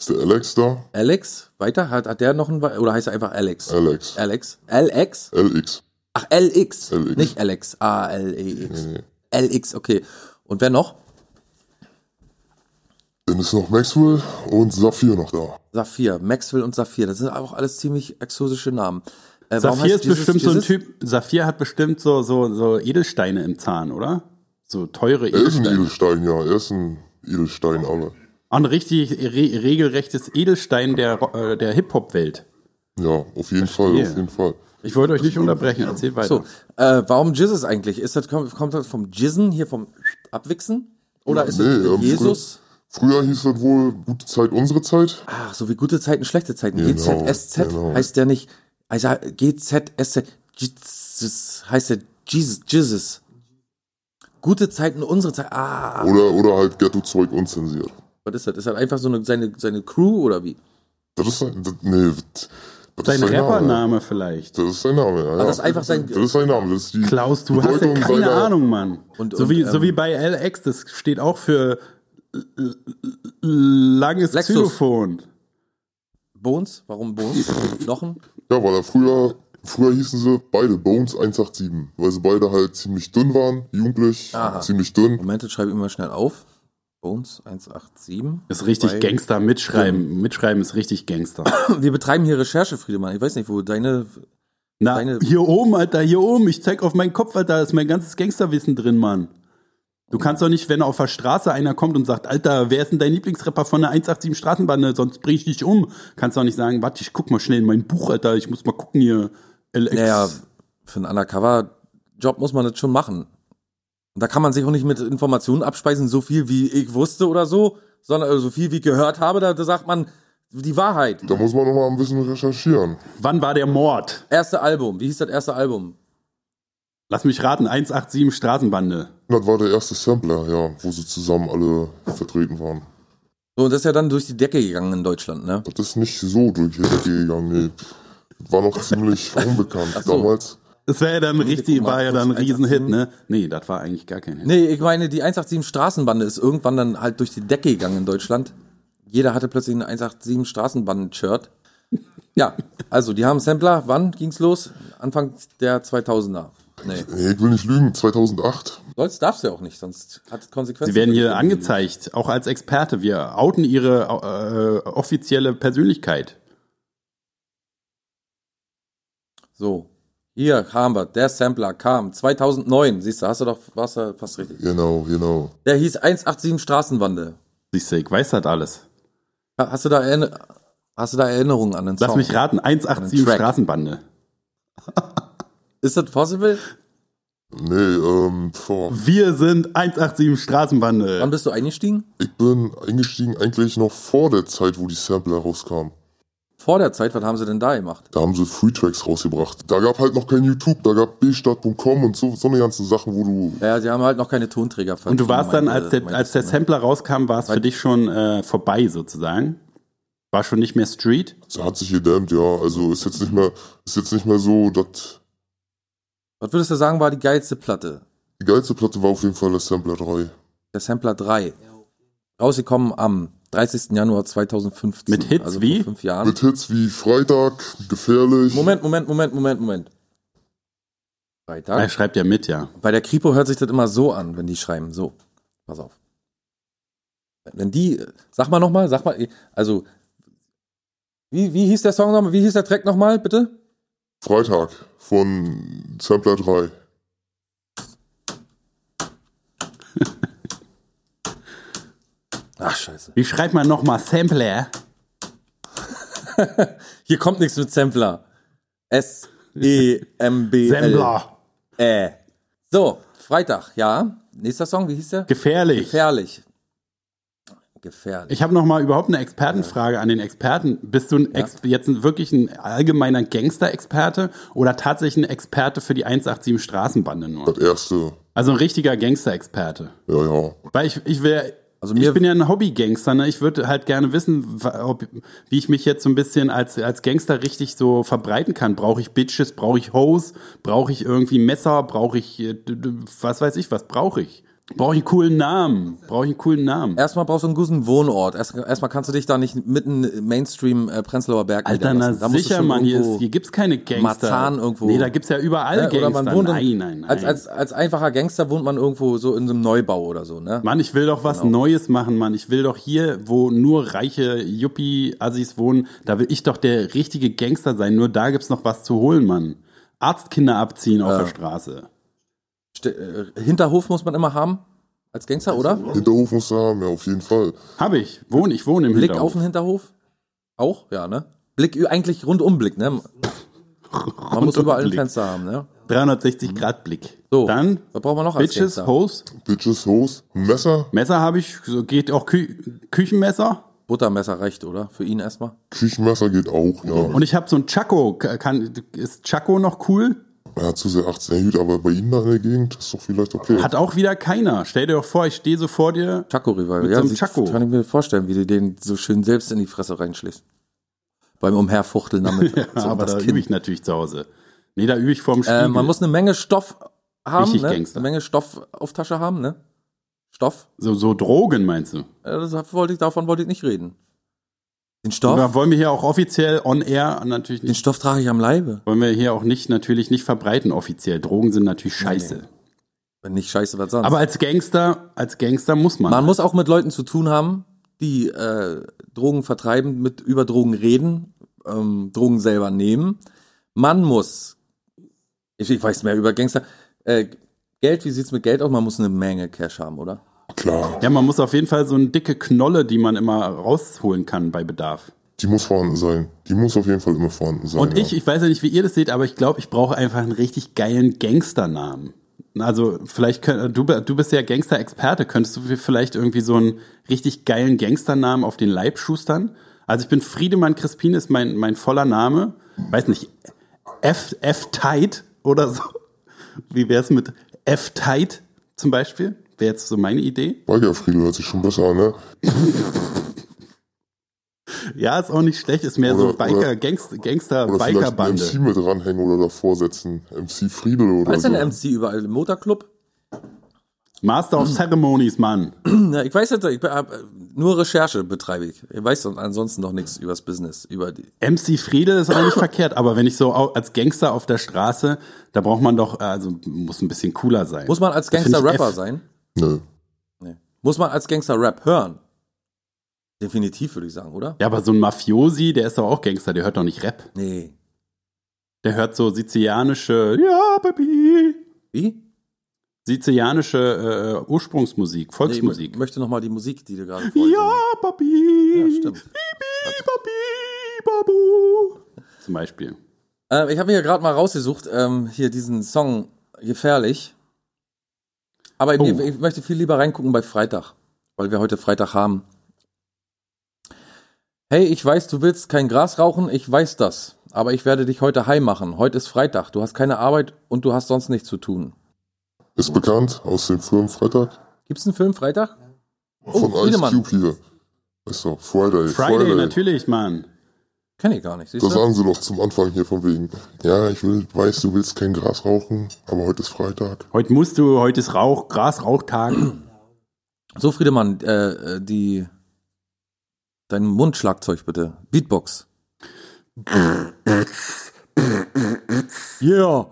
Speaker 4: Ist der Alex da?
Speaker 3: Alex, weiter, hat, hat der noch einen, wei- oder heißt er einfach Alex?
Speaker 4: Alex.
Speaker 3: Alex, LX,
Speaker 4: LX.
Speaker 3: ach, LX,
Speaker 4: LX.
Speaker 3: nicht Alex, E A-L-E-X.
Speaker 4: Nee, nee.
Speaker 3: LX, okay. Und wer noch?
Speaker 4: Dann ist noch Maxwell und Saphir noch da.
Speaker 3: Saphir, Maxwell und Saphir. Das sind aber auch alles ziemlich exotische Namen. Äh, warum
Speaker 2: Saphir ist
Speaker 3: heißt Jesus
Speaker 2: bestimmt so ein
Speaker 3: Jesus?
Speaker 2: Typ, Saphir hat bestimmt so, so, so Edelsteine im Zahn, oder? So teure
Speaker 4: Er ist ein
Speaker 2: Edelsteine.
Speaker 4: Edelstein, ja. Er ist ein Edelstein, aber.
Speaker 2: Ein richtig re regelrechtes Edelstein der, Ro- äh, der Hip-Hop-Welt.
Speaker 4: Ja, auf jeden Fall,
Speaker 2: Verstehe.
Speaker 4: auf jeden Fall.
Speaker 2: Ich wollte euch nicht unterbrechen, erzählt weiter.
Speaker 3: So, äh, warum Jesus eigentlich? Ist das, kommt, kommt das vom Jizzen, hier vom Abwichsen? Oder ist
Speaker 4: Nee,
Speaker 3: es
Speaker 4: ähm,
Speaker 3: Jesus?
Speaker 4: Früher hieß das wohl gute Zeit, unsere Zeit.
Speaker 3: Ach, so wie gute Zeiten, schlechte Zeiten.
Speaker 4: Genau,
Speaker 3: GZSZ
Speaker 4: genau.
Speaker 3: heißt der nicht. Also GZSZ Jesus, heißt der Jesus, Jesus. Gute Zeiten, unsere Zeit. Ah,
Speaker 4: Oder, oder halt Ghetto-Zeug unzensiert.
Speaker 3: was ist das? Ist das einfach so eine, seine, seine Crew oder wie?
Speaker 4: Das ist sein. Das, nee, das
Speaker 2: Sein
Speaker 4: ist sein Name.
Speaker 2: Rappername vielleicht.
Speaker 4: Das ist sein Name, ja. ja.
Speaker 3: das ist einfach sein-
Speaker 4: Das ist sein Name. Das ist die
Speaker 2: Klaus, du hast ja
Speaker 4: Bedeutung
Speaker 2: keine
Speaker 4: seiner-
Speaker 2: Ahnung, Mann.
Speaker 3: Und-
Speaker 2: so,
Speaker 3: und,
Speaker 2: wie,
Speaker 3: ähm,
Speaker 2: so wie bei LX, das steht auch für l- l- langes
Speaker 3: Lexus.
Speaker 2: Xylophon.
Speaker 3: Bones? Warum Bones? Knochen?
Speaker 4: Ja, weil er früher, früher hießen sie beide Bones 187, weil sie beide halt ziemlich dünn waren, jugendlich,
Speaker 3: Aha.
Speaker 4: ziemlich dünn.
Speaker 3: Moment, das schreibe ich immer schnell auf. Bones 187.
Speaker 2: Ist richtig
Speaker 3: Bei-
Speaker 2: Gangster, mitschreiben. Mitschreiben ist richtig Gangster.
Speaker 3: Wir betreiben hier Recherche, Friedemann. Ich weiß nicht, wo deine.
Speaker 2: Na,
Speaker 3: Deine-
Speaker 2: hier oben, Alter, hier oben. Ich zeig auf meinen Kopf, Alter, da ist mein ganzes Gangsterwissen drin, Mann. Du kannst doch nicht, wenn auf der Straße einer kommt und sagt, Alter, wer ist denn dein Lieblingsrapper von der 187 Straßenbande, sonst bring ich dich um. Kannst doch nicht sagen, warte, ich guck mal schnell in mein Buch, Alter, ich muss mal gucken hier. LX.
Speaker 3: Naja, für einen Undercover-Job muss man das schon machen. Und da kann man sich auch nicht mit Informationen abspeisen, so viel wie ich wusste oder so, sondern also so viel wie ich gehört habe. Da, da sagt man die Wahrheit.
Speaker 4: Da muss man noch mal ein bisschen recherchieren.
Speaker 2: Wann war der Mord?
Speaker 3: Erste Album. Wie hieß das erste Album?
Speaker 2: Lass mich raten, 187 Straßenbande.
Speaker 4: Das war der erste Sampler, ja, wo sie zusammen alle vertreten waren.
Speaker 3: So, und das ist ja dann durch die Decke gegangen in Deutschland, ne?
Speaker 4: Das ist nicht so durch die Decke gegangen, nee. War noch ziemlich unbekannt
Speaker 3: so.
Speaker 4: damals.
Speaker 2: Das wäre ja dann richtig,
Speaker 3: guck mal,
Speaker 2: war ja dann ein
Speaker 3: kurz
Speaker 2: Riesenhit, ne? Nee, das war eigentlich gar kein Hit.
Speaker 3: Nee, ich meine, die 187 Straßenbande ist irgendwann dann halt durch die Decke gegangen in Deutschland. Jeder hatte plötzlich ein 187 Straßenbanden-Shirt. Ja, also die haben Sampler. Wann ging's los? Anfang der 2000er. Nee,
Speaker 4: Nee, ich will nicht lügen, 2008.
Speaker 3: sonst darfst du ja auch nicht, sonst hat es Konsequenzen.
Speaker 2: Sie werden hier angezeigt, auch als Experte. Wir outen ihre äh, offizielle Persönlichkeit.
Speaker 3: So, hier haben wir, der Sampler kam 2009. Siehst du, hast du doch, warst du fast richtig.
Speaker 4: Genau, genau.
Speaker 3: Der hieß 187 Straßenbande.
Speaker 2: Siehst du, ich weiß das alles.
Speaker 3: Ha- Hast du da, Erinner hast du da Erinnerungen an den Song?
Speaker 2: Lass mich raten, 187
Speaker 3: Track.
Speaker 2: Straßenbande.
Speaker 3: Ist das possible?
Speaker 4: Nee, ähm, boah.
Speaker 2: Wir sind 187
Speaker 3: Wann
Speaker 2: Straßenbande.
Speaker 3: bist du eingestiegen?
Speaker 4: ich bin eingestiegen eigentlich noch vor der Zeit, wo die Sampler rauskamen.
Speaker 3: Vor der Zeit, was haben sie denn da gemacht?
Speaker 4: Da haben sie Freetracks rausgebracht. Da gab halt noch kein YouTube, da gab bstadt.com und so, so eine ganzen Sachen, wo du
Speaker 3: Ja, sie haben halt noch keine Tonträger
Speaker 2: Und du warst dann, als der, als der Sampler rauskam, war es für dich schon äh, vorbei sozusagen. War schon nicht mehr Street.
Speaker 4: Es hat sich gedämmt, ja. Also ist jetzt nicht mehr, ist jetzt nicht mehr so, dass
Speaker 3: Was würdest du sagen, war die geilste Platte?
Speaker 4: die geilste Platte war auf jeden Fall das Sampler 3.
Speaker 3: Der Sampler 3. Rausgekommen am 30. Januar 2015.
Speaker 2: Mit Hits
Speaker 3: also
Speaker 2: wie?
Speaker 3: Vor fünf Jahren.
Speaker 4: Mit Hits wie Freitag, Gefährlich.
Speaker 3: Moment, Moment, Moment, Moment, Moment.
Speaker 2: Er
Speaker 3: Freitag.
Speaker 2: schreibt ja mit, ja.
Speaker 3: Bei der Kripo hört sich das immer so an, wenn die schreiben. So, pass auf. Wenn die, sag mal nochmal, sag mal, also, wie, wie hieß der Song nochmal, wie hieß der Track nochmal, bitte?
Speaker 4: Freitag von Sampler 3.
Speaker 3: Ach, scheiße.
Speaker 2: Wie schreibt man nochmal Sampler?
Speaker 3: Hier kommt nichts mit Sampler. S-E-M-B.
Speaker 2: Sampler.
Speaker 3: Äh. So, Freitag, ja. Nächster Song, wie hieß der?
Speaker 2: Gefährlich.
Speaker 3: Gefährlich. Gefährlich.
Speaker 2: Ich habe noch mal überhaupt eine Expertenfrage an den Experten. Bist du ein Ex jetzt ein, wirklich ein allgemeiner Gangster-Experte oder tatsächlich ein Experte für die 187 Straßenbande nur?
Speaker 4: Das erste.
Speaker 2: Also ein richtiger Gangster-Experte.
Speaker 4: Ja, ja.
Speaker 2: Weil ich, ich wäre,
Speaker 3: Also
Speaker 2: also
Speaker 3: mir-
Speaker 2: ich bin ja ein Hobby-Gangster, ne? Ich würde halt gerne wissen, wa- ob, wie ich mich jetzt so ein bisschen als, als Gangster richtig so verbreiten kann. Brauche ich Bitches, brauche ich Hoes, brauche ich irgendwie Messer, brauche ich, äh, d- d- was weiß ich, was brauche ich? Brauche ich einen coolen Namen? Brauche ich einen coolen Namen?
Speaker 3: Erstmal brauchst du einen guten Wohnort. Erst- Erstmal kannst du dich da nicht mitten im Mainstream äh, Prenzlauer Berg
Speaker 2: Alter, na
Speaker 3: niederlassen. Da musst du
Speaker 2: sicher,
Speaker 3: schon
Speaker 2: Mann, hier,
Speaker 3: irgendwo-
Speaker 2: ist, hier gibt's keine Gangster.
Speaker 3: Marzahn irgendwo.
Speaker 2: Nee, da gibt's ja überall
Speaker 3: Ne?
Speaker 2: Gangster.
Speaker 3: Oder man wohnt dann,
Speaker 2: nein, nein, nein.
Speaker 3: Als, als, als einfacher Gangster wohnt man irgendwo so in so einem Neubau oder so, ne?
Speaker 2: Mann, ich will doch was Neues machen, Mann. Ich will doch hier, wo nur reiche Yuppie-Assis wohnen, da will ich doch der richtige Gangster sein. Nur da gibt's noch was zu holen, Mann. Arztkinder abziehen auf der Straße.
Speaker 3: Ste- äh, Hinterhof muss man immer haben als Gangster, oder?
Speaker 4: Hinterhof musst du haben, ja, auf jeden Fall.
Speaker 2: Hab ich. Wohne ich, wohne im
Speaker 3: Blick
Speaker 2: Hinterhof.
Speaker 3: auf den Hinterhof? Auch, ja, ne? Blick, eigentlich Rundumblick, ne? Man muss überall ein
Speaker 2: Rundumblick.
Speaker 3: Fenster haben, ne?
Speaker 2: 360-Grad-Blick.
Speaker 3: So,
Speaker 2: Dann
Speaker 3: was braucht man noch als
Speaker 2: Bitches,
Speaker 3: Gangster?
Speaker 2: Hose,
Speaker 4: Bitches, Hose, Messer,
Speaker 2: Messer habe ich. So geht auch Kü Küchenmesser.
Speaker 3: Buttermesser reicht, oder? Für ihn erstmal.
Speaker 4: Küchenmesser geht auch, ja.
Speaker 2: Und ich habe so ein Chaco. Kann, ist Chaco noch cool?
Speaker 4: Er hat zu sehr 18er Hüt, aber bei Ihnen da in der Gegend ist doch vielleicht okay.
Speaker 2: Hat auch wieder keiner. Stell dir doch vor, ich stehe so vor dir.
Speaker 3: Chaco Revival,
Speaker 2: Mit
Speaker 3: ja.
Speaker 2: so einem
Speaker 3: sieht-
Speaker 2: Chaco.
Speaker 3: Kann ich mir vorstellen, wie du den so schön selbst in die Fresse reinschlägst. Beim Umherfuchteln damit.
Speaker 2: Ja,
Speaker 3: so,
Speaker 2: aber
Speaker 3: das
Speaker 2: da
Speaker 3: Kinn.
Speaker 2: übe ich natürlich zu Hause. Nee, da übe ich vorm Spiegel.
Speaker 3: Äh, man muss eine Menge Stoff haben,
Speaker 2: Richtig
Speaker 3: ne?
Speaker 2: Gangster.
Speaker 3: eine Menge Stoff auf Tasche haben, ne? Stoff?
Speaker 2: so, so Drogen, meinst du?
Speaker 3: Äh, Das wollte ich, davon wollte ich nicht reden. Den Stoff?
Speaker 2: Oder wollen wir hier auch offiziell on air natürlich
Speaker 3: den
Speaker 2: nicht,
Speaker 3: Stoff trage ich am Leibe.
Speaker 2: wollen wir hier auch nicht natürlich nicht verbreiten offiziell. Drogen sind natürlich scheiße.
Speaker 3: Wenn nicht scheiße, was sonst?
Speaker 2: Aber als Gangster, als Gangster muss man.
Speaker 3: Man muss auch mit Leuten zu tun haben, die äh, Drogen vertreiben, mit über Drogen reden, ähm, Drogen selber nehmen. Man muss, ich, ich weiß mehr über Gangster, äh, Geld, wie sieht's mit Geld aus? Man muss eine Menge Cash haben, oder?
Speaker 4: Klar,
Speaker 2: ja, man muss auf jeden Fall so eine dicke Knolle, die man immer rausholen kann bei Bedarf.
Speaker 4: die muss vorhanden sein. Die muss auf jeden Fall immer vorhanden sein.
Speaker 2: Und
Speaker 4: ja.
Speaker 2: ich, ich weiß ja nicht, wie ihr das seht, aber ich glaube, ich brauche einfach einen richtig geilen Gangsternamen. Also vielleicht könnt, du, du bist ja Gangster-Experte, könntest du mir vielleicht irgendwie so einen richtig geilen Gangsternamen auf den Leib schustern? Also ich bin Friedemann Crispin, ist mein, mein voller Name. Weiß nicht, F, F Tight oder so. Wie wär's mit F Tight zum Beispiel? Wäre jetzt so meine Idee.
Speaker 4: Weigerfriedel hört sich schon besser an, ne?
Speaker 2: Ja, ist auch nicht schlecht, ist mehr so
Speaker 4: Oder-
Speaker 2: Biker,
Speaker 4: oder-
Speaker 2: Gangster, Gangster
Speaker 4: Oder vielleicht einen
Speaker 2: Biker-Bande.
Speaker 4: MC mit ranhängen oder davor setzen. MC Friedel oder
Speaker 3: Als
Speaker 2: Also.
Speaker 4: so.
Speaker 3: ein MC überall im Motorclub.
Speaker 2: Master of Ceremonies, Mann.
Speaker 3: Ja, ich weiß nicht, ich be- hab, äh, nur Recherche betreibe ich. Ich weiß sonst- ansonsten noch nichts übers Business, über die.
Speaker 2: MC Friedel ist auch nicht verkehrt, aber wenn ich so au- als Gangster auf der Straße, da braucht man doch, also muss ein bisschen cooler sein.
Speaker 3: Muss man als
Speaker 2: Das find ich
Speaker 3: Gangster-Rapper
Speaker 2: F.
Speaker 3: sein?
Speaker 4: Nö.
Speaker 3: Nee. Muss man als Gangster-Rap hören? Definitiv, würde ich sagen, oder?
Speaker 2: Ja, aber so ein Mafiosi, der ist doch auch Gangster, der hört doch nicht Rap.
Speaker 3: Nee.
Speaker 2: Der hört so sizilianische, ja, Baby,
Speaker 3: Wie?
Speaker 2: sizilianische äh, Ursprungsmusik,
Speaker 3: Nee, ich
Speaker 2: Volksmusik.
Speaker 3: möchte nochmal die Musik, die du gerade
Speaker 2: ja,
Speaker 3: vorhin
Speaker 2: Babi.
Speaker 3: Ja, stimmt.
Speaker 2: Bibi, Babi, Babu. Zum Beispiel.
Speaker 3: äh, Ich habe mir gerade mal rausgesucht, ähm, hier diesen Song Gefährlich. Aber ich,
Speaker 2: Oh.
Speaker 3: ich, ich möchte viel lieber reingucken bei Freitag, weil wir heute Freitag haben. Hey, ich weiß, du willst kein Gras rauchen, ich weiß das. Aber ich werde dich heute heim machen. Heute ist Freitag, du hast keine Arbeit und du hast sonst nichts zu tun.
Speaker 4: Ist bekannt aus dem Firmenfreitag
Speaker 3: Gibt's einen Film Freitag?
Speaker 2: Oh,
Speaker 4: von Ice
Speaker 3: Friedemann.
Speaker 4: Cube hier. Ist doch Friday.
Speaker 2: Friday, natürlich, Mann.
Speaker 3: Kenn ich gar nicht, siehst
Speaker 4: Da
Speaker 3: du?
Speaker 4: sagen sie doch zum Anfang hier von wegen, ja, ich will, weiß, du willst kein Gras rauchen, aber heute ist Freitag.
Speaker 2: Heute musst du, heute ist Rauch, Grasrauchtag.
Speaker 3: So, Friedemann, äh, äh, die. Dein Mundschlagzeug bitte. Beatbox. Yeah.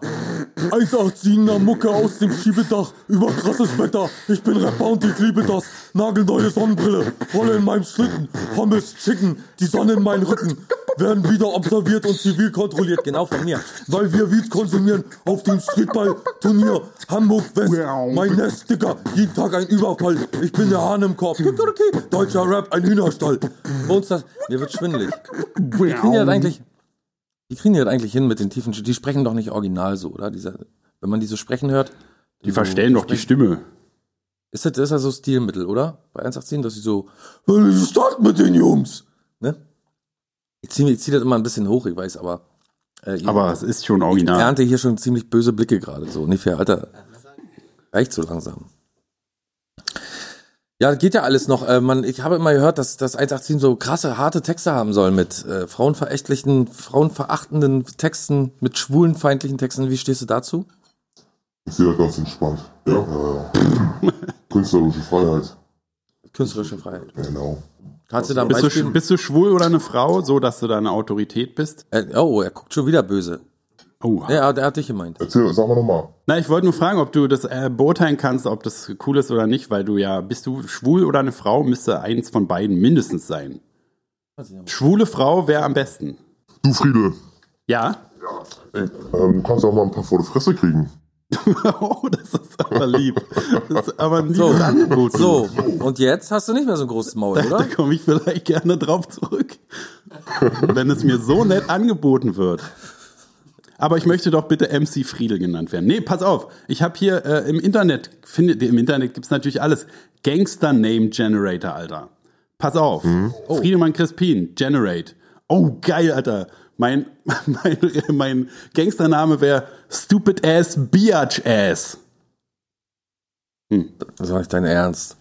Speaker 3: 187er Mucke aus dem Schiebedach. Überkrasses Wetter. Ich bin Rapper und ich liebe das. Nagelneue Sonnenbrille. Rolle in meinem Schlitten. Pommes, Chicken. Die Sonne in meinen Rücken. Werden wieder observiert und zivil kontrolliert. Genau von mir. Weil wir Weed konsumieren auf dem Streetball-Turnier Hamburg-West. Mein Nest, Dicker. Jeden Tag ein Überfall. Ich bin der Hahn im Korb. Kikeriki. Deutscher Rap, ein Hühnerstall. Bei uns das... Mir wird schwindelig. Wir kriegen das eigentlich... Die kriegen die das eigentlich hin mit den tiefen Stimmen. Die sprechen doch nicht original so, oder? Dieser, wenn man die so sprechen hört.
Speaker 2: Die verstellen doch die Stimme.
Speaker 3: Ist das, ist das so Stilmittel, oder? Bei 118, dass sie so, "Will ich Start mit den Jungs. Ne? Ich ziehe ich zieh das immer ein bisschen hoch, ich weiß, aber. Äh, ihr
Speaker 2: Aber es ist schon original.
Speaker 3: ernte hier schon ziemlich böse Blicke gerade. So ungefähr, Alter. Reicht so langsam. Ja, geht ja alles noch. Äh, man, ich habe immer gehört, dass, dass 118 so krasse, harte Texte haben soll mit äh, frauenverächtlichen, frauenverachtenden Texten, mit schwulenfeindlichen Texten. Wie stehst du dazu?
Speaker 4: Ich sehe das ganz entspannt. Ja. ja. Künstlerische Freiheit.
Speaker 3: Künstlerische Freiheit.
Speaker 4: Genau.
Speaker 3: Kannst du da ein
Speaker 2: Bist du,
Speaker 3: Beispiel?
Speaker 2: sch- bist du schwul oder eine Frau, so dass du da eine Autorität bist?
Speaker 3: Äh, oh, er guckt schon wieder böse.
Speaker 2: Oh.
Speaker 3: Ja, er hat dich gemeint.
Speaker 4: Erzähl, sag mal nochmal.
Speaker 2: Na, ich wollte nur fragen, ob du das äh, beurteilen kannst, ob das cool ist oder nicht, weil du ja, bist du schwul oder eine Frau, müsste eins von beiden mindestens sein. Schwule Frau wäre am besten.
Speaker 4: Du Friedel,
Speaker 2: Ja?
Speaker 4: ey, ähm, kannst du auch mal ein paar vor die Fresse kriegen.
Speaker 2: oh, das ist aber lieb. Das ist aber ein liebes
Speaker 3: So.
Speaker 2: Angebot.
Speaker 3: So, und jetzt hast du nicht mehr so ein großes Maul,
Speaker 2: Da
Speaker 3: oder?
Speaker 2: komme ich vielleicht gerne drauf zurück, wenn es mir so nett angeboten wird. Aber ich möchte doch bitte MC Friedel genannt werden. Nee, pass auf. Ich habe hier äh, im Internet, findet, im Internet gibt's natürlich alles. Gangster Name Generator, Alter. Pass auf. Friedemann Crispin, Generate. Oh, geil, Alter. Mein, mein, mein Gangstername wäre Stupid Ass Biatch Ass.
Speaker 3: Das war nicht dein Ernst.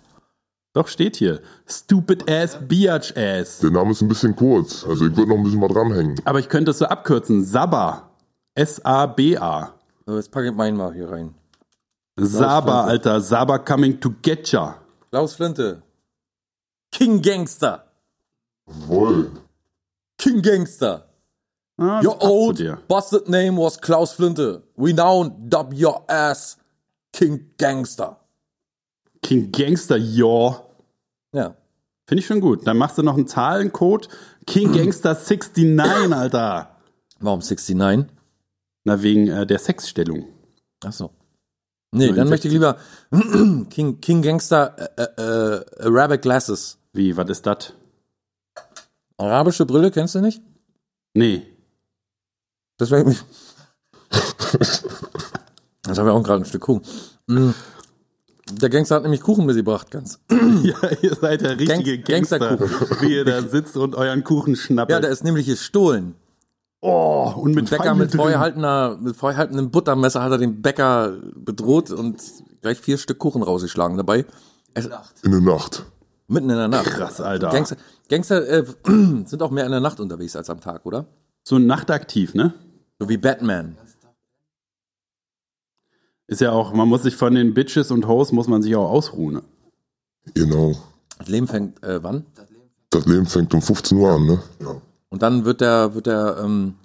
Speaker 2: Doch, steht hier. Stupid Ass Biatch Ass.
Speaker 4: Der Name ist ein bisschen kurz, also ich würde noch ein bisschen mal dranhängen.
Speaker 2: Aber ich könnte es so abkürzen. Saba. S-A-B-A.
Speaker 3: So, jetzt packe ich meinen mal hier rein.
Speaker 2: Saba,
Speaker 3: Flinte.
Speaker 2: Alter. Saba coming to get ya.
Speaker 3: Klaus Flinte. King Gangster.
Speaker 4: Jawohl.
Speaker 3: King Gangster.
Speaker 2: Ah, das
Speaker 3: Your
Speaker 2: passt zu
Speaker 3: old
Speaker 2: dir.
Speaker 3: busted name was Klaus Flinte. We now dub your ass King Gangster.
Speaker 2: King Gangster, yo.
Speaker 3: Ja.
Speaker 2: Finde ich schon gut. Dann machst du noch einen Zahlencode. King Gangster 69, Alter.
Speaker 3: Warum 69?
Speaker 2: Na, wegen äh, der Sexstellung.
Speaker 3: Ach so. Nee,
Speaker 2: 69.
Speaker 3: dann möchte ich lieber King, King Gangster äh, äh, äh, Arabic Glasses.
Speaker 2: Wie, was ist das?
Speaker 3: Arabische Brille kennst du nicht?
Speaker 2: Nee.
Speaker 3: Deswegen. Das haben wir auch gerade ein Stück Kuchen. Mm. Der Gangster hat nämlich Kuchen mitgebracht, ganz.
Speaker 2: ja, ihr seid der richtige
Speaker 3: Gang-
Speaker 2: Gangster,
Speaker 3: Gangsterkuchen.
Speaker 2: wie ihr da sitzt und euren Kuchen schnappt.
Speaker 3: Ja, der ist nämlich gestohlen.
Speaker 2: oh, und mit
Speaker 3: Bäcker
Speaker 2: Pfeil
Speaker 3: mit
Speaker 2: drin.
Speaker 3: vorgehaltener, mit vorgehaltenem Buttermesser hat er den Bäcker bedroht und gleich vier Stück Kuchen rausgeschlagen dabei.
Speaker 4: In der Nacht.
Speaker 3: Mitten in der Nacht.
Speaker 2: Krass, Alter.
Speaker 3: Gangster, Gangster äh, sind auch mehr in der Nacht unterwegs als am Tag, oder?
Speaker 2: So nachtaktiv, ne?
Speaker 3: So wie Batman.
Speaker 2: Ist ja auch, man muss sich von den Bitches und Hoes muss man sich auch ausruhen. ne?
Speaker 4: Genau.
Speaker 3: Das Leben fängt äh, wann?
Speaker 4: Das Leben fängt um 15 Uhr an, ne? Ja.
Speaker 3: Und dann wird der, wird der, ähm,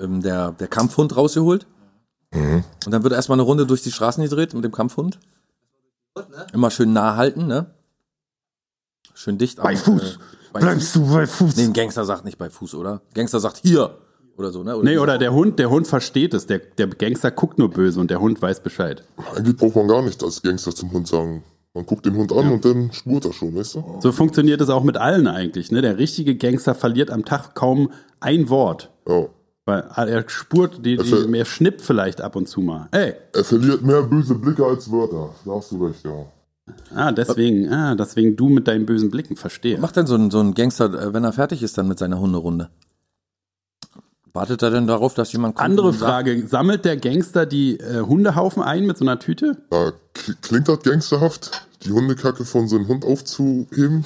Speaker 3: ähm, der, der Kampfhund rausgeholt.
Speaker 4: Mhm.
Speaker 3: Und dann wird erstmal eine Runde durch die Straßen gedreht mit dem Kampfhund. Immer schön nah halten, ne? Schön dicht. Bei
Speaker 4: Fuß.
Speaker 3: bei Fuß.
Speaker 4: du bei Fuß?
Speaker 3: Nee, ein Gangster sagt nicht bei Fuß, oder? Gangster sagt hier. Oder so, ne?
Speaker 2: Nee, oder der Hund, der Hund versteht es. Der, der Gangster guckt nur böse und der Hund weiß Bescheid.
Speaker 4: Eigentlich braucht man gar nicht als Gangster zum Hund sagen. Man guckt den Hund an und dann spurt er schon, weißt du?
Speaker 2: So funktioniert es auch mit allen eigentlich, ne? Der richtige Gangster verliert am Tag kaum ein Wort.
Speaker 4: Ja.
Speaker 2: Weil er spurt, die,
Speaker 3: Also
Speaker 2: die, er schnippt vielleicht ab und zu mal. Ey,
Speaker 4: Er verliert mehr böse Blicke als Wörter. Da hast du recht, ja.
Speaker 2: ah, deswegen, ah, deswegen du mit deinen bösen Blicken, verstehe.
Speaker 3: Macht denn so ein, so ein Gangster, äh, wenn er fertig ist, dann mit seiner Hunderunde? Wartet er denn darauf, dass jemand kommt?
Speaker 2: Andere
Speaker 3: und sagt,
Speaker 2: Frage, sammelt der Gangster die äh, Hundehaufen ein mit so einer Tüte?
Speaker 4: Da k- klingt das gangsterhaft, die Hundekacke von so einem Hund aufzuheben.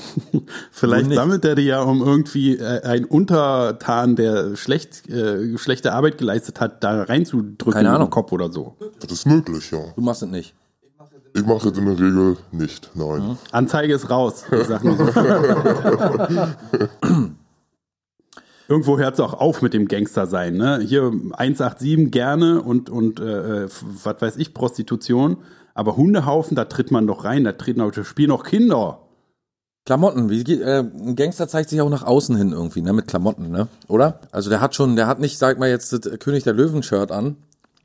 Speaker 2: Vielleicht
Speaker 3: nicht.
Speaker 2: Also sammelt er die ja, um irgendwie äh, einen Untertan, der schlecht, äh, schlechte Arbeit geleistet hat, da reinzudrücken
Speaker 3: Keine
Speaker 2: in den
Speaker 3: Ahnung.
Speaker 2: Kopf oder so.
Speaker 4: Das ist möglich, ja.
Speaker 3: Du machst es nicht.
Speaker 4: Ich mache das in der Regel nicht, nein.
Speaker 2: Anzeige ist raus. Ich sag nur so. Irgendwo hört es auch auf mit dem Gangster sein. Ne? Hier 187 gerne und, und äh, f- was weiß ich, Prostitution. Aber Hundehaufen, da tritt man doch rein, da treten auch, da spielen auch Kinder.
Speaker 3: Klamotten, wie geht, äh, ein Gangster zeigt sich auch nach außen hin irgendwie, ne, mit Klamotten, ne, oder? Also der hat schon, der hat nicht, sag mal jetzt, das König der Löwen-Shirt an,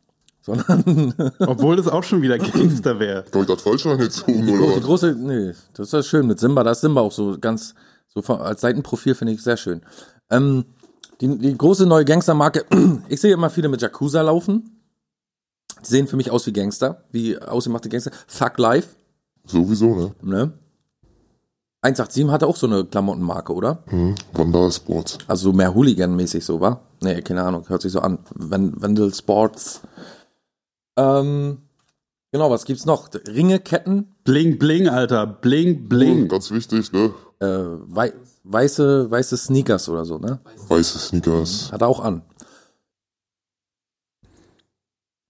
Speaker 3: sondern
Speaker 2: Obwohl das auch schon wieder Gangster wäre.
Speaker 4: Habe ich das falsch angezogen,
Speaker 3: die
Speaker 4: oder was?
Speaker 3: große, nee, das ist ja schön mit Simba, da ist Simba auch so ganz, so von, als Seitenprofil finde ich sehr schön. Ähm, die, die große neue Gangstermarke, ich sehe immer viele mit Yakuza laufen, die sehen für mich aus wie Gangster, wie ausgemachte Gangster, Fuck Life,
Speaker 4: Sowieso, ne?
Speaker 3: ne, 187 hatte auch so eine Klamottenmarke, oder?
Speaker 4: Hm. Vandal Sports.
Speaker 3: Also so mehr Hooligan-mäßig so, war? Nee, keine Ahnung, hört sich so an. Wen- Wendel Sports. Ähm, genau, was gibt's noch? Ringe, Ketten,
Speaker 2: Bling, bling, Alter. Bling, bling.
Speaker 3: Oh,
Speaker 4: Ganz wichtig, ne?
Speaker 3: äh, wei weiße, weiße Sneakers oder so, ne?
Speaker 4: Weiße Sneakers.
Speaker 3: Hat er auch an.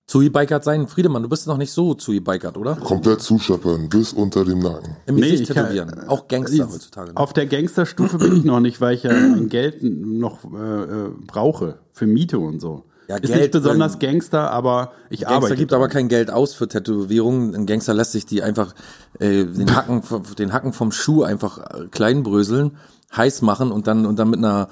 Speaker 3: Zui Bikert sein, Friedemann, du bist noch nicht so Zui Bikert, oder?
Speaker 4: Komplett zuscheppern, bis unter dem Nacken.
Speaker 3: Im
Speaker 2: Nee,
Speaker 3: Gesicht
Speaker 2: ich kann-
Speaker 3: tätowieren. auch Gangster heutzutage. Ne?
Speaker 2: Auf der Gangsterstufe bin ich noch nicht, weil ich ja mein Geld n- noch äh, äh, brauche für Miete und so.
Speaker 3: Ja,
Speaker 2: ist
Speaker 3: Geld
Speaker 2: nicht besonders
Speaker 3: bringen.
Speaker 2: Gangster, aber ich
Speaker 3: Gangster
Speaker 2: arbeite.
Speaker 3: gibt aber kein Geld aus für Tätowierungen. Ein Gangster lässt sich die einfach äh, den Hacken vom- den Hacken vom Schuh einfach äh, klein bröseln, heiß machen und dann und dann mit einer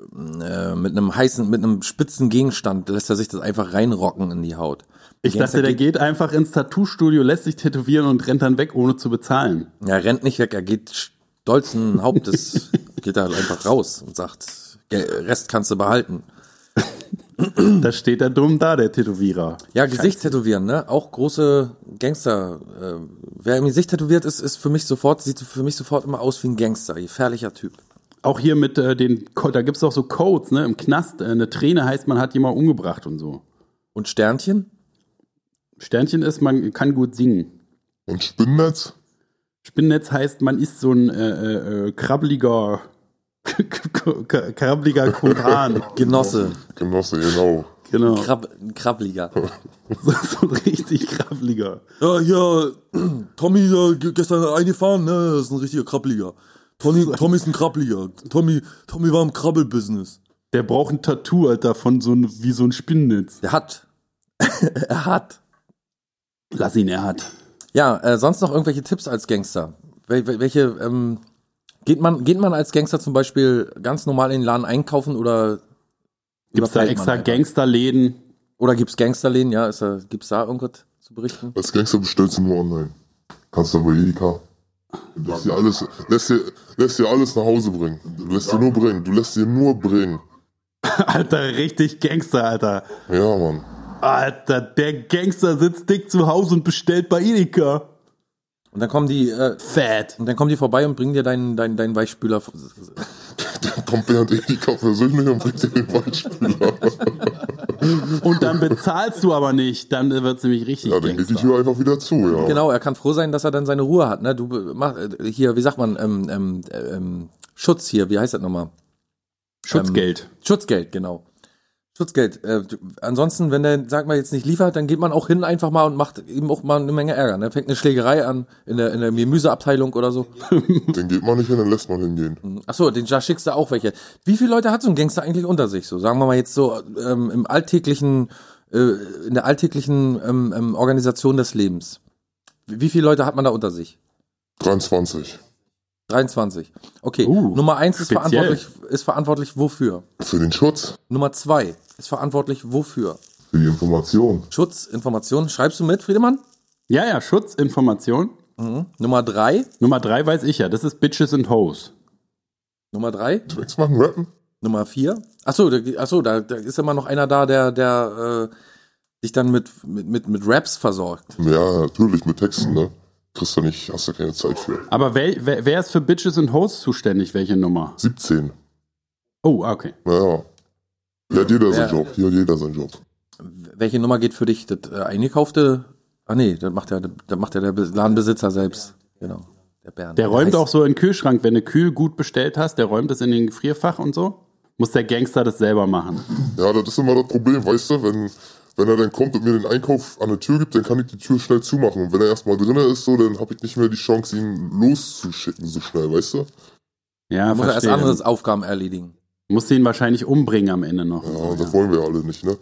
Speaker 3: äh, mit einem heißen mit einem spitzen Gegenstand lässt er sich das einfach reinrocken in die Haut.
Speaker 2: ich dachte, der geht einfach ins Tattoo-Studio, lässt sich tätowieren und rennt dann weg, ohne zu bezahlen.
Speaker 3: er rennt nicht weg, er geht stolzen Hauptes geht da halt einfach raus und sagt "Gel- Rest kannst du behalten. Mhm.
Speaker 2: Da steht er dumm da, der Tätowierer.
Speaker 3: Ja, Gesicht tätowieren, ne? Auch große Gangster. Äh, wer im Gesicht tätowiert ist, ist für mich sofort, sieht für mich sofort immer aus wie ein Gangster. Gefährlicher Typ.
Speaker 2: Auch hier mit äh, den, Co- da gibt's auch so Codes, ne? Im Knast, äh, eine Träne heißt, man hat jemanden umgebracht und so.
Speaker 3: Und Sternchen?
Speaker 2: Sternchen ist, man kann gut singen.
Speaker 4: Und Spinnennetz?
Speaker 2: Spinnennetz heißt, man ist so ein äh, äh, äh, krabbeliger, krabbeliger Kumpan.
Speaker 3: Genosse.
Speaker 4: Genosse, genau.
Speaker 2: Genau.
Speaker 3: Krab Krabbliga.
Speaker 2: so, so ein richtig krabbeliger.
Speaker 3: Ja, ja, Tommy da ge- gestern eingefahren, ne? Das ist ein richtiger Krabbliga. Tommy, Tommy ist ein Krabbliga. Tommy, Tommy war im Krabbelbusiness.
Speaker 2: Der braucht ein Tattoo, Alter, von so ein, wie so ein Spinnennetz.
Speaker 3: Der hat. er hat.
Speaker 2: Lass ihn, er hat.
Speaker 3: Ja, äh, sonst noch irgendwelche Tipps als Gangster? Wel wel- welche, ähm, geht man, geht man als Gangster zum Beispiel ganz normal in den Laden einkaufen oder
Speaker 2: Gibt's da
Speaker 3: überfällt man
Speaker 2: extra
Speaker 3: einfach?
Speaker 2: Gangsterläden?
Speaker 3: Oder gibt's Gangsterläden? Ja, ist da, gibt's da irgendwas zu berichten?
Speaker 4: Als Gangster bestellst du nur online. Kannst du bei Edeka. Lässt dir alles, lässt dir, lässt dir alles nach Hause bringen. Du lässt dir nur bringen. Du lässt dir nur bringen.
Speaker 2: Alter, richtig Gangster, Alter.
Speaker 4: Ja, Mann.
Speaker 2: Alter, der Gangster sitzt dick zu Hause und bestellt bei Edeka.
Speaker 3: Und dann kommen die, äh,
Speaker 2: Fett.
Speaker 3: und dann kommen die vorbei und bringen dir deinen, deinen, deinen Weichspüler.
Speaker 4: kommt Bernd Edeka persönlich und bringt dir den Waldspüler.
Speaker 2: Und dann bezahlst du aber nicht, dann wird es nämlich richtig
Speaker 4: Ja, dann geht die
Speaker 2: Gangster.
Speaker 4: Tür einfach wieder zu,
Speaker 2: Oh.
Speaker 4: ja.
Speaker 3: Genau, er kann froh sein, dass er dann seine Ruhe hat. Ne? Du be- mach, äh, hier, wie sagt man, ähm, ähm, äh, ähm, Schutz hier, wie heißt das nochmal?
Speaker 2: Schutzgeld.
Speaker 3: Schutzgeld, genau. Schutzgeld. Äh, du- ansonsten, wenn der, sag mal, jetzt nicht liefert, dann geht man auch hin einfach mal und macht ihm auch mal eine Menge Ärger. Ne? Fängt eine Schlägerei an in der, in der Gemüseabteilung oder so.
Speaker 4: Dann geht man nicht hin, dann lässt man hingehen.
Speaker 3: Achso, den da schickst du auch welche. Wie viele Leute hat so ein Gangster eigentlich unter sich? So, sagen wir mal jetzt so ähm, im alltäglichen, äh, in der alltäglichen ähm, ähm, Organisation des Lebens. Wie, wie viele Leute hat man da unter sich?
Speaker 4: 23.
Speaker 3: 23. Okay.
Speaker 2: Uh,
Speaker 3: Nummer eins ist
Speaker 2: speziell.
Speaker 3: verantwortlich, ist verantwortlich wofür?
Speaker 4: Für den Schutz.
Speaker 3: Nummer zwei ist verantwortlich wofür?
Speaker 4: Für die Information.
Speaker 3: Schutz, Information. Schreibst du mit, Friedemann?
Speaker 2: Ähm,
Speaker 3: Mhm.
Speaker 2: Ja, ja, Schutzinformation.
Speaker 3: Nummer drei.
Speaker 2: Nummer drei weiß ich ja, das ist Bitches and Hoes.
Speaker 3: Nummer drei.
Speaker 4: Tracks machen, rappen.
Speaker 3: Nummer vier. Achso, da, achso, da, da ist immer noch einer da, der, der äh, dich dann mit, mit, mit, mit Raps versorgt.
Speaker 4: Ja, natürlich, mit Texten, ne? Kriegst du nicht, hast du keine Zeit für.
Speaker 2: Aber wer, wer, wer ist für Bitches and Hoes zuständig, welche Nummer?
Speaker 4: 17.
Speaker 2: Oh, ah, okay.
Speaker 4: Naja. Hier hat jeder seinen
Speaker 3: Ja.
Speaker 4: Job. Hier hat jeder seinen Job.
Speaker 3: Welche Nummer geht für dich? Das äh, eingekaufte? Ah nee, das macht ja, das macht ja der Be- Ladenbesitzer selbst. Genau. Der Bernd.
Speaker 2: Der räumt
Speaker 3: heißt-
Speaker 2: auch so in den Kühlschrank, wenn du kühl gut bestellt hast, der räumt es in den Gefrierfach und so. Muss der Gangster das selber machen.
Speaker 4: Ja, das ist immer das Problem, weißt du, wenn, wenn er dann kommt und mir den Einkauf an der Tür gibt, dann kann ich die Tür schnell zumachen. Und wenn er erstmal drinnen ist, so, dann habe ich nicht mehr die Chance, ihn loszuschicken, so schnell, weißt du?
Speaker 2: Ja,
Speaker 3: Muss er erst
Speaker 2: verstehe.
Speaker 3: andere Aufgaben erledigen.
Speaker 2: Muss ihn wahrscheinlich umbringen am Ende noch.
Speaker 4: Ja, und das wollen wir ja alle nicht, ne?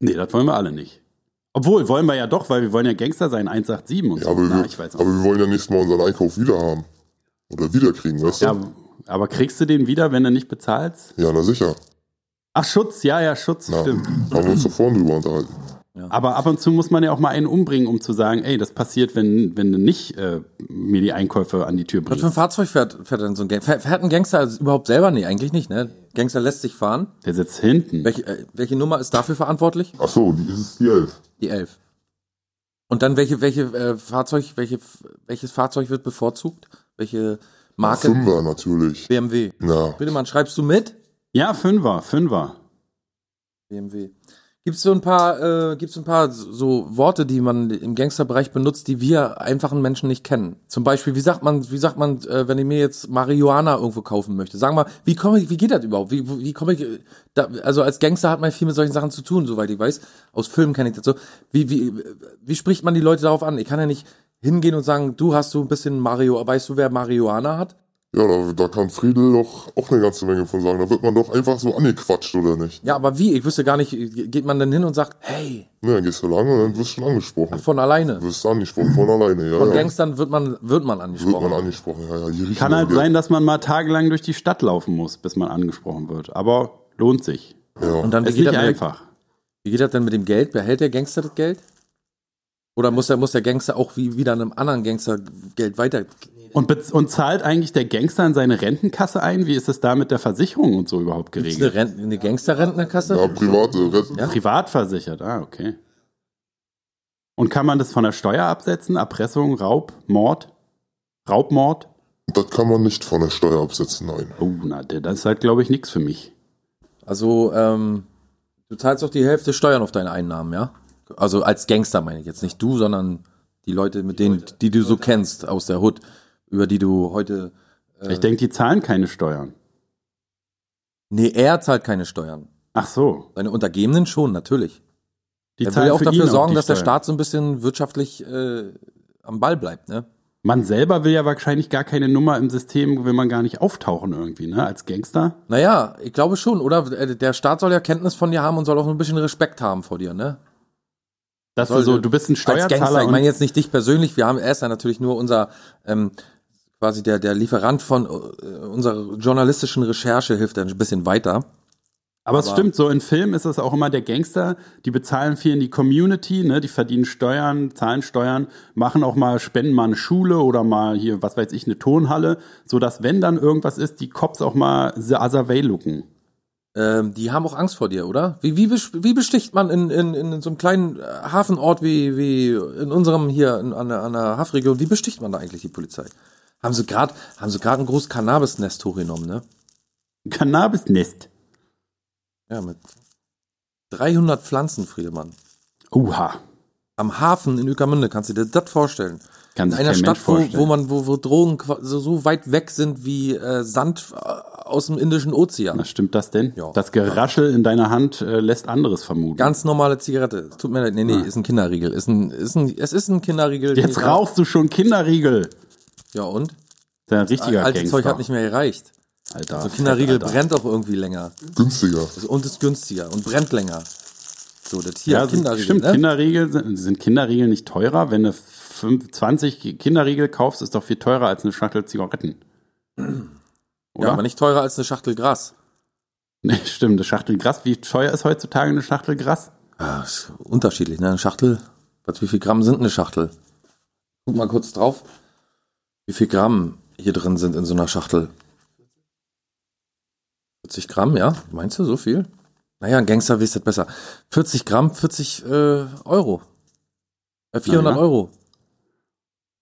Speaker 2: Nee, das wollen wir alle nicht. Obwohl, wollen wir ja doch, weil wir wollen ja Gangster sein, 187 und
Speaker 4: Ja,
Speaker 2: so.
Speaker 4: aber,
Speaker 2: Na,
Speaker 4: wir,
Speaker 2: ich weiß auch.
Speaker 4: aber wir wollen ja nächstes Mal unseren Einkauf wieder haben. Oder wiederkriegen, weißt du?
Speaker 2: Ja,
Speaker 4: Ja,
Speaker 2: aber kriegst du den wieder, wenn du nicht bezahlst?
Speaker 4: na sicher.
Speaker 2: Ach, Schutz, ja, ja, Schutz,
Speaker 4: Na,
Speaker 2: stimmt.
Speaker 4: haben wir uns da vorne drüber unterhalten.
Speaker 2: Aber ab und zu muss man ja auch mal einen umbringen, um zu sagen, ey, das passiert, wenn, wenn du nicht äh, mir die Einkäufe an die Tür
Speaker 3: Was für ein
Speaker 2: bringst.
Speaker 3: Fahrzeug fährt, fährt denn so ein Gangster? Fährt ein Gangster überhaupt selber? Nee, eigentlich nicht, ne? Gangster lässt sich fahren.
Speaker 2: Der sitzt hinten.
Speaker 3: Welche, äh, welche Nummer ist dafür verantwortlich?
Speaker 4: Ach so, die ist es die 11.
Speaker 3: Die 11. Und dann welche, welche äh, Fahrzeug, welche, welches Fahrzeug wird bevorzugt? Welche Marke?
Speaker 2: genau.
Speaker 4: Fünfer natürlich.
Speaker 3: BMW.
Speaker 4: Na,
Speaker 3: Bitte mal, schreibst du mit?
Speaker 2: Ja, Fünfer, Fünfer.
Speaker 3: BMW. Gibt's so ein paar, äh, gibt's ein paar so Worte, die man im Gangsterbereich benutzt, die wir einfachen Menschen nicht kennen? Zum Beispiel, wie sagt man, wie sagt man, äh, wenn ich mir jetzt Marihuana irgendwo kaufen möchte? Sag mal, wie komme ich, wie geht das überhaupt? Wie, wie komme ich? äh, Da, also als Gangster hat man viel mit solchen Sachen zu tun, soweit ich weiß. Aus Filmen kenne ich das so. Wie, wie, wie spricht man die Leute darauf an? Ich kann ja nicht hingehen und sagen, du hast du ein bisschen Mario, weißt du, wer Marihuana hat?
Speaker 4: ja, da, da kann Friedel doch auch eine ganze Menge von sagen. Da wird man doch einfach so angequatscht, oder nicht?
Speaker 3: Ja, aber wie? Ich wüsste gar nicht, geht man denn hin und sagt, hey,
Speaker 4: Ne, dann gehst du lang und dann wirst du schon angesprochen.
Speaker 3: von alleine?
Speaker 4: Wirst du angesprochen, von alleine, ja.
Speaker 3: Von
Speaker 4: ja.
Speaker 3: Gangstern wird man, wird man angesprochen.
Speaker 4: Wird man angesprochen, ja, ja. Die riechen
Speaker 2: Kann
Speaker 4: dann
Speaker 2: halt
Speaker 4: Geld.
Speaker 2: sein, dass man mal tagelang durch die Stadt laufen muss, bis man angesprochen wird. Aber lohnt sich.
Speaker 4: Ja.
Speaker 3: Und dann, wie
Speaker 2: Ist
Speaker 3: geht,
Speaker 2: nicht
Speaker 3: das mit,
Speaker 2: einfach.
Speaker 3: wie geht das denn mit dem Geld? Behält der Gangster das Geld? Oder muss der, muss der Gangster auch wie wieder einem anderen Gangster Geld weiter?
Speaker 2: Und, bez- und zahlt eigentlich der Gangster in seine Rentenkasse ein? Wie ist es da mit der Versicherung und so überhaupt
Speaker 3: Ist eine,
Speaker 2: geregelt?
Speaker 3: Renten, eine Gangster-Rentnerkasse?
Speaker 4: ja, private Retten.
Speaker 3: Ja.
Speaker 2: Privat versichert, ah, okay. Und kann man das von der Steuer absetzen? Erpressung, Raub, Mord? Raubmord?
Speaker 4: Das kann man nicht von der Steuer absetzen, nein.
Speaker 2: Oh, na, der- das ist halt, glaube ich, nichts für mich.
Speaker 3: Also, ähm, du zahlst doch die Hälfte Steuern auf deine Einnahmen, ja? Also als Gangster meine ich jetzt. Nicht du, sondern die Leute, mit denen, die du so kennst aus der Hood, über die du heute. Äh.
Speaker 2: Ich denke, die zahlen keine Steuern.
Speaker 3: Nee, er zahlt keine Steuern.
Speaker 2: Ach so.
Speaker 3: Seine Untergebenen schon, natürlich.
Speaker 2: Die
Speaker 3: er will ja auch
Speaker 2: für
Speaker 3: dafür
Speaker 2: ihn
Speaker 3: sorgen,
Speaker 2: die
Speaker 3: dass der
Speaker 2: Steuern.
Speaker 3: Staat so ein bisschen wirtschaftlich äh, am Ball bleibt, ne?
Speaker 2: Man selber will ja wahrscheinlich gar keine Nummer im System, will man gar nicht auftauchen irgendwie, ne? Als Gangster.
Speaker 3: Naja, ich glaube schon, oder? Äh, Der Staat soll ja Kenntnis von dir haben und soll auch ein bisschen Respekt haben vor dir, ne?
Speaker 2: Dass du
Speaker 3: Soll-
Speaker 2: so, du bist ein
Speaker 3: Als Gangster,
Speaker 2: Steuerzahler.
Speaker 3: ich meine
Speaker 2: und-
Speaker 3: jetzt nicht dich persönlich, wir haben er ist ja natürlich nur unser, ähm, quasi der, der Lieferant von äh, unserer journalistischen Recherche hilft ein bisschen weiter.
Speaker 2: Aber es stimmt, so in Filmen ist es auch immer der Gangster, die bezahlen viel in die Community, ne, die verdienen Steuern, zahlen Steuern, machen auch mal, spenden mal eine Schule oder mal hier, was weiß ich, eine Turnhalle, sodass, wenn dann irgendwas ist, die Cops auch mal the other way looken.
Speaker 3: Ähm, die haben auch Angst vor dir, oder? Wie, wie, besch- wie besticht man in, in, in so einem kleinen äh, Hafenort wie, wie in unserem hier in, an, der, an der Hafenregion, wie besticht man da eigentlich die Polizei? Haben sie gerade haben sie gerade ein großes Cannabisnest hochgenommen, ne?
Speaker 2: Cannabisnest.
Speaker 3: Ja, mit 300 Pflanzen, Friedemann.
Speaker 2: Uha.
Speaker 3: Am Hafen in Ueckermünde, kannst du dir das vorstellen?
Speaker 2: Kann
Speaker 3: In
Speaker 2: sich
Speaker 3: einer
Speaker 2: kein Mensch
Speaker 3: Stadt, wo,
Speaker 2: vorstellen.
Speaker 3: wo man, wo, wo Drogen qua- so, so weit weg sind wie äh, Sand äh, aus dem Indischen Ozean.
Speaker 2: Na, stimmt das denn?
Speaker 3: Ja.
Speaker 2: Das Geraschel in deiner Hand äh, lässt anderes vermuten.
Speaker 3: Ganz normale Zigarette. Tut mir leid, nee, nee, ist ein Kinderriegel. Ist ein, ist ein, es ist ein Kinderriegel.
Speaker 2: Ah. Jetzt
Speaker 3: Nee,
Speaker 2: rauchst du schon Kinderriegel.
Speaker 3: Ja und?
Speaker 2: Dein richtiger
Speaker 3: Altes
Speaker 2: Gangster.
Speaker 3: Zeug hat nicht mehr gereicht.
Speaker 2: Alter.
Speaker 3: So Kinderriegel
Speaker 2: Alter.
Speaker 3: brennt auch irgendwie länger.
Speaker 4: Günstiger.
Speaker 3: Ist- Und ist günstiger und brennt länger. So, das hier, ne?
Speaker 2: Ja, Kinderriegel, stimmt. Kinderriegel sind, sind Kinderriegel nicht teurer. Wenn du fünf- 20 Kinderriegel kaufst, ist doch viel teurer als eine Schachtel Zigaretten. Oder?
Speaker 3: Ja, aber nicht teurer als eine Schachtel Gras.
Speaker 2: Nee, stimmt, eine Schachtel Gras. Wie teuer ist heutzutage eine Schachtel Gras?
Speaker 3: Ja, Ah, ist unterschiedlich, ne? Eine Schachtel. Was, wie viel Gramm sind eine Schachtel? Guck mal kurz drauf. Wie viel Gramm hier drin sind in so einer Schachtel? 40 Gramm, ja? Meinst du so viel? Naja, ein Gangster wisst das besser. 40 Gramm, 40 äh, Euro. Äh, 400
Speaker 2: Naja.
Speaker 3: Euro.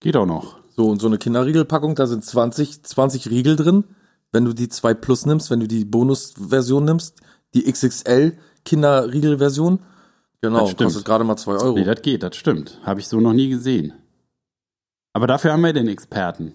Speaker 2: Geht auch noch.
Speaker 3: So, und so eine Kinderriegelpackung, da sind 20, 20 Riegel drin. Wenn du die 2 Plus nimmst, wenn du die Bonus-Version nimmst, die XXL Kinderriegel-Version, genau,
Speaker 2: Das stimmt.
Speaker 3: kostet gerade mal 2 Euro.
Speaker 2: Nee, das geht, das stimmt. Habe ich so noch nie gesehen. Aber dafür haben wir den Experten.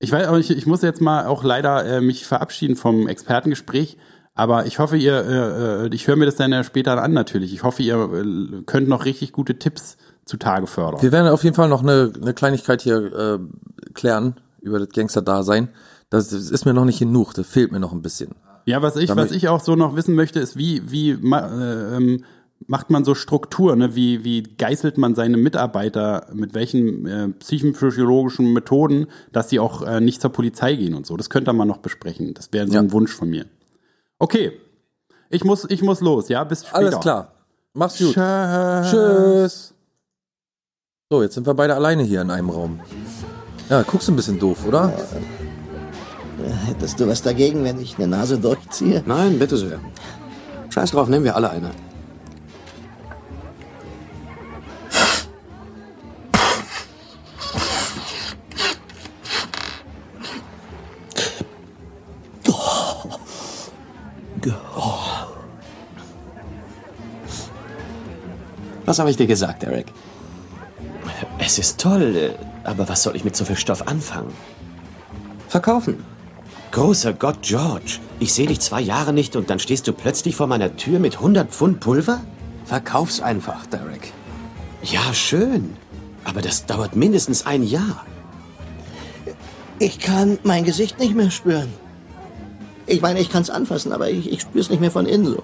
Speaker 2: Ich weiß auch nicht, ich muss jetzt mal auch leider äh, mich verabschieden vom Expertengespräch. Aber ich hoffe, ihr, äh, äh, ich höre mir das dann ja später an natürlich. Ich hoffe, ihr äh, könnt noch richtig gute Tipps zutage fördern.
Speaker 3: Wir werden auf jeden Fall noch eine, eine Kleinigkeit hier äh, klären über das Gangster-Dasein. Das, das ist mir noch nicht genug, das fehlt mir noch ein bisschen.
Speaker 2: Ja, was ich,
Speaker 3: Damit-
Speaker 2: was ich auch so noch wissen möchte, ist, wie, wie ma, äh, ähm, macht man so Struktur, ne? wie, wie geißelt man seine Mitarbeiter, mit welchen äh, psychophysiologischen Methoden, dass sie auch äh, nicht zur Polizei gehen und so. Das könnte man noch besprechen. Das wäre so
Speaker 3: Ja.
Speaker 2: ein Wunsch von mir. Okay. Ich muss, ich muss los, ja? Bis später.
Speaker 3: Alles klar, mach's gut.
Speaker 2: Tschüss.
Speaker 3: Tschüss. So, jetzt sind wir beide alleine hier in einem Raum. Ja, guckst du ein bisschen doof, oder?
Speaker 1: Hättest du was dagegen, wenn ich eine Nase durchziehe?
Speaker 5: Nein, bitte sehr. Scheiß drauf, nehmen wir alle eine. Was habe ich dir gesagt, Eric?
Speaker 6: Es ist toll, äh, aber was soll ich mit so viel Stoff anfangen?
Speaker 5: Verkaufen.
Speaker 6: Großer Gott, George, ich sehe dich zwei Jahre nicht und dann stehst du plötzlich vor meiner Tür mit 100 Pfund Pulver?
Speaker 5: Verkauf's einfach, Derek.
Speaker 6: Ja, schön. Aber das dauert mindestens ein Jahr.
Speaker 1: Ich kann mein Gesicht nicht mehr spüren. Ich meine, ich kann es anfassen, aber ich, ich spüre es nicht mehr von innen so.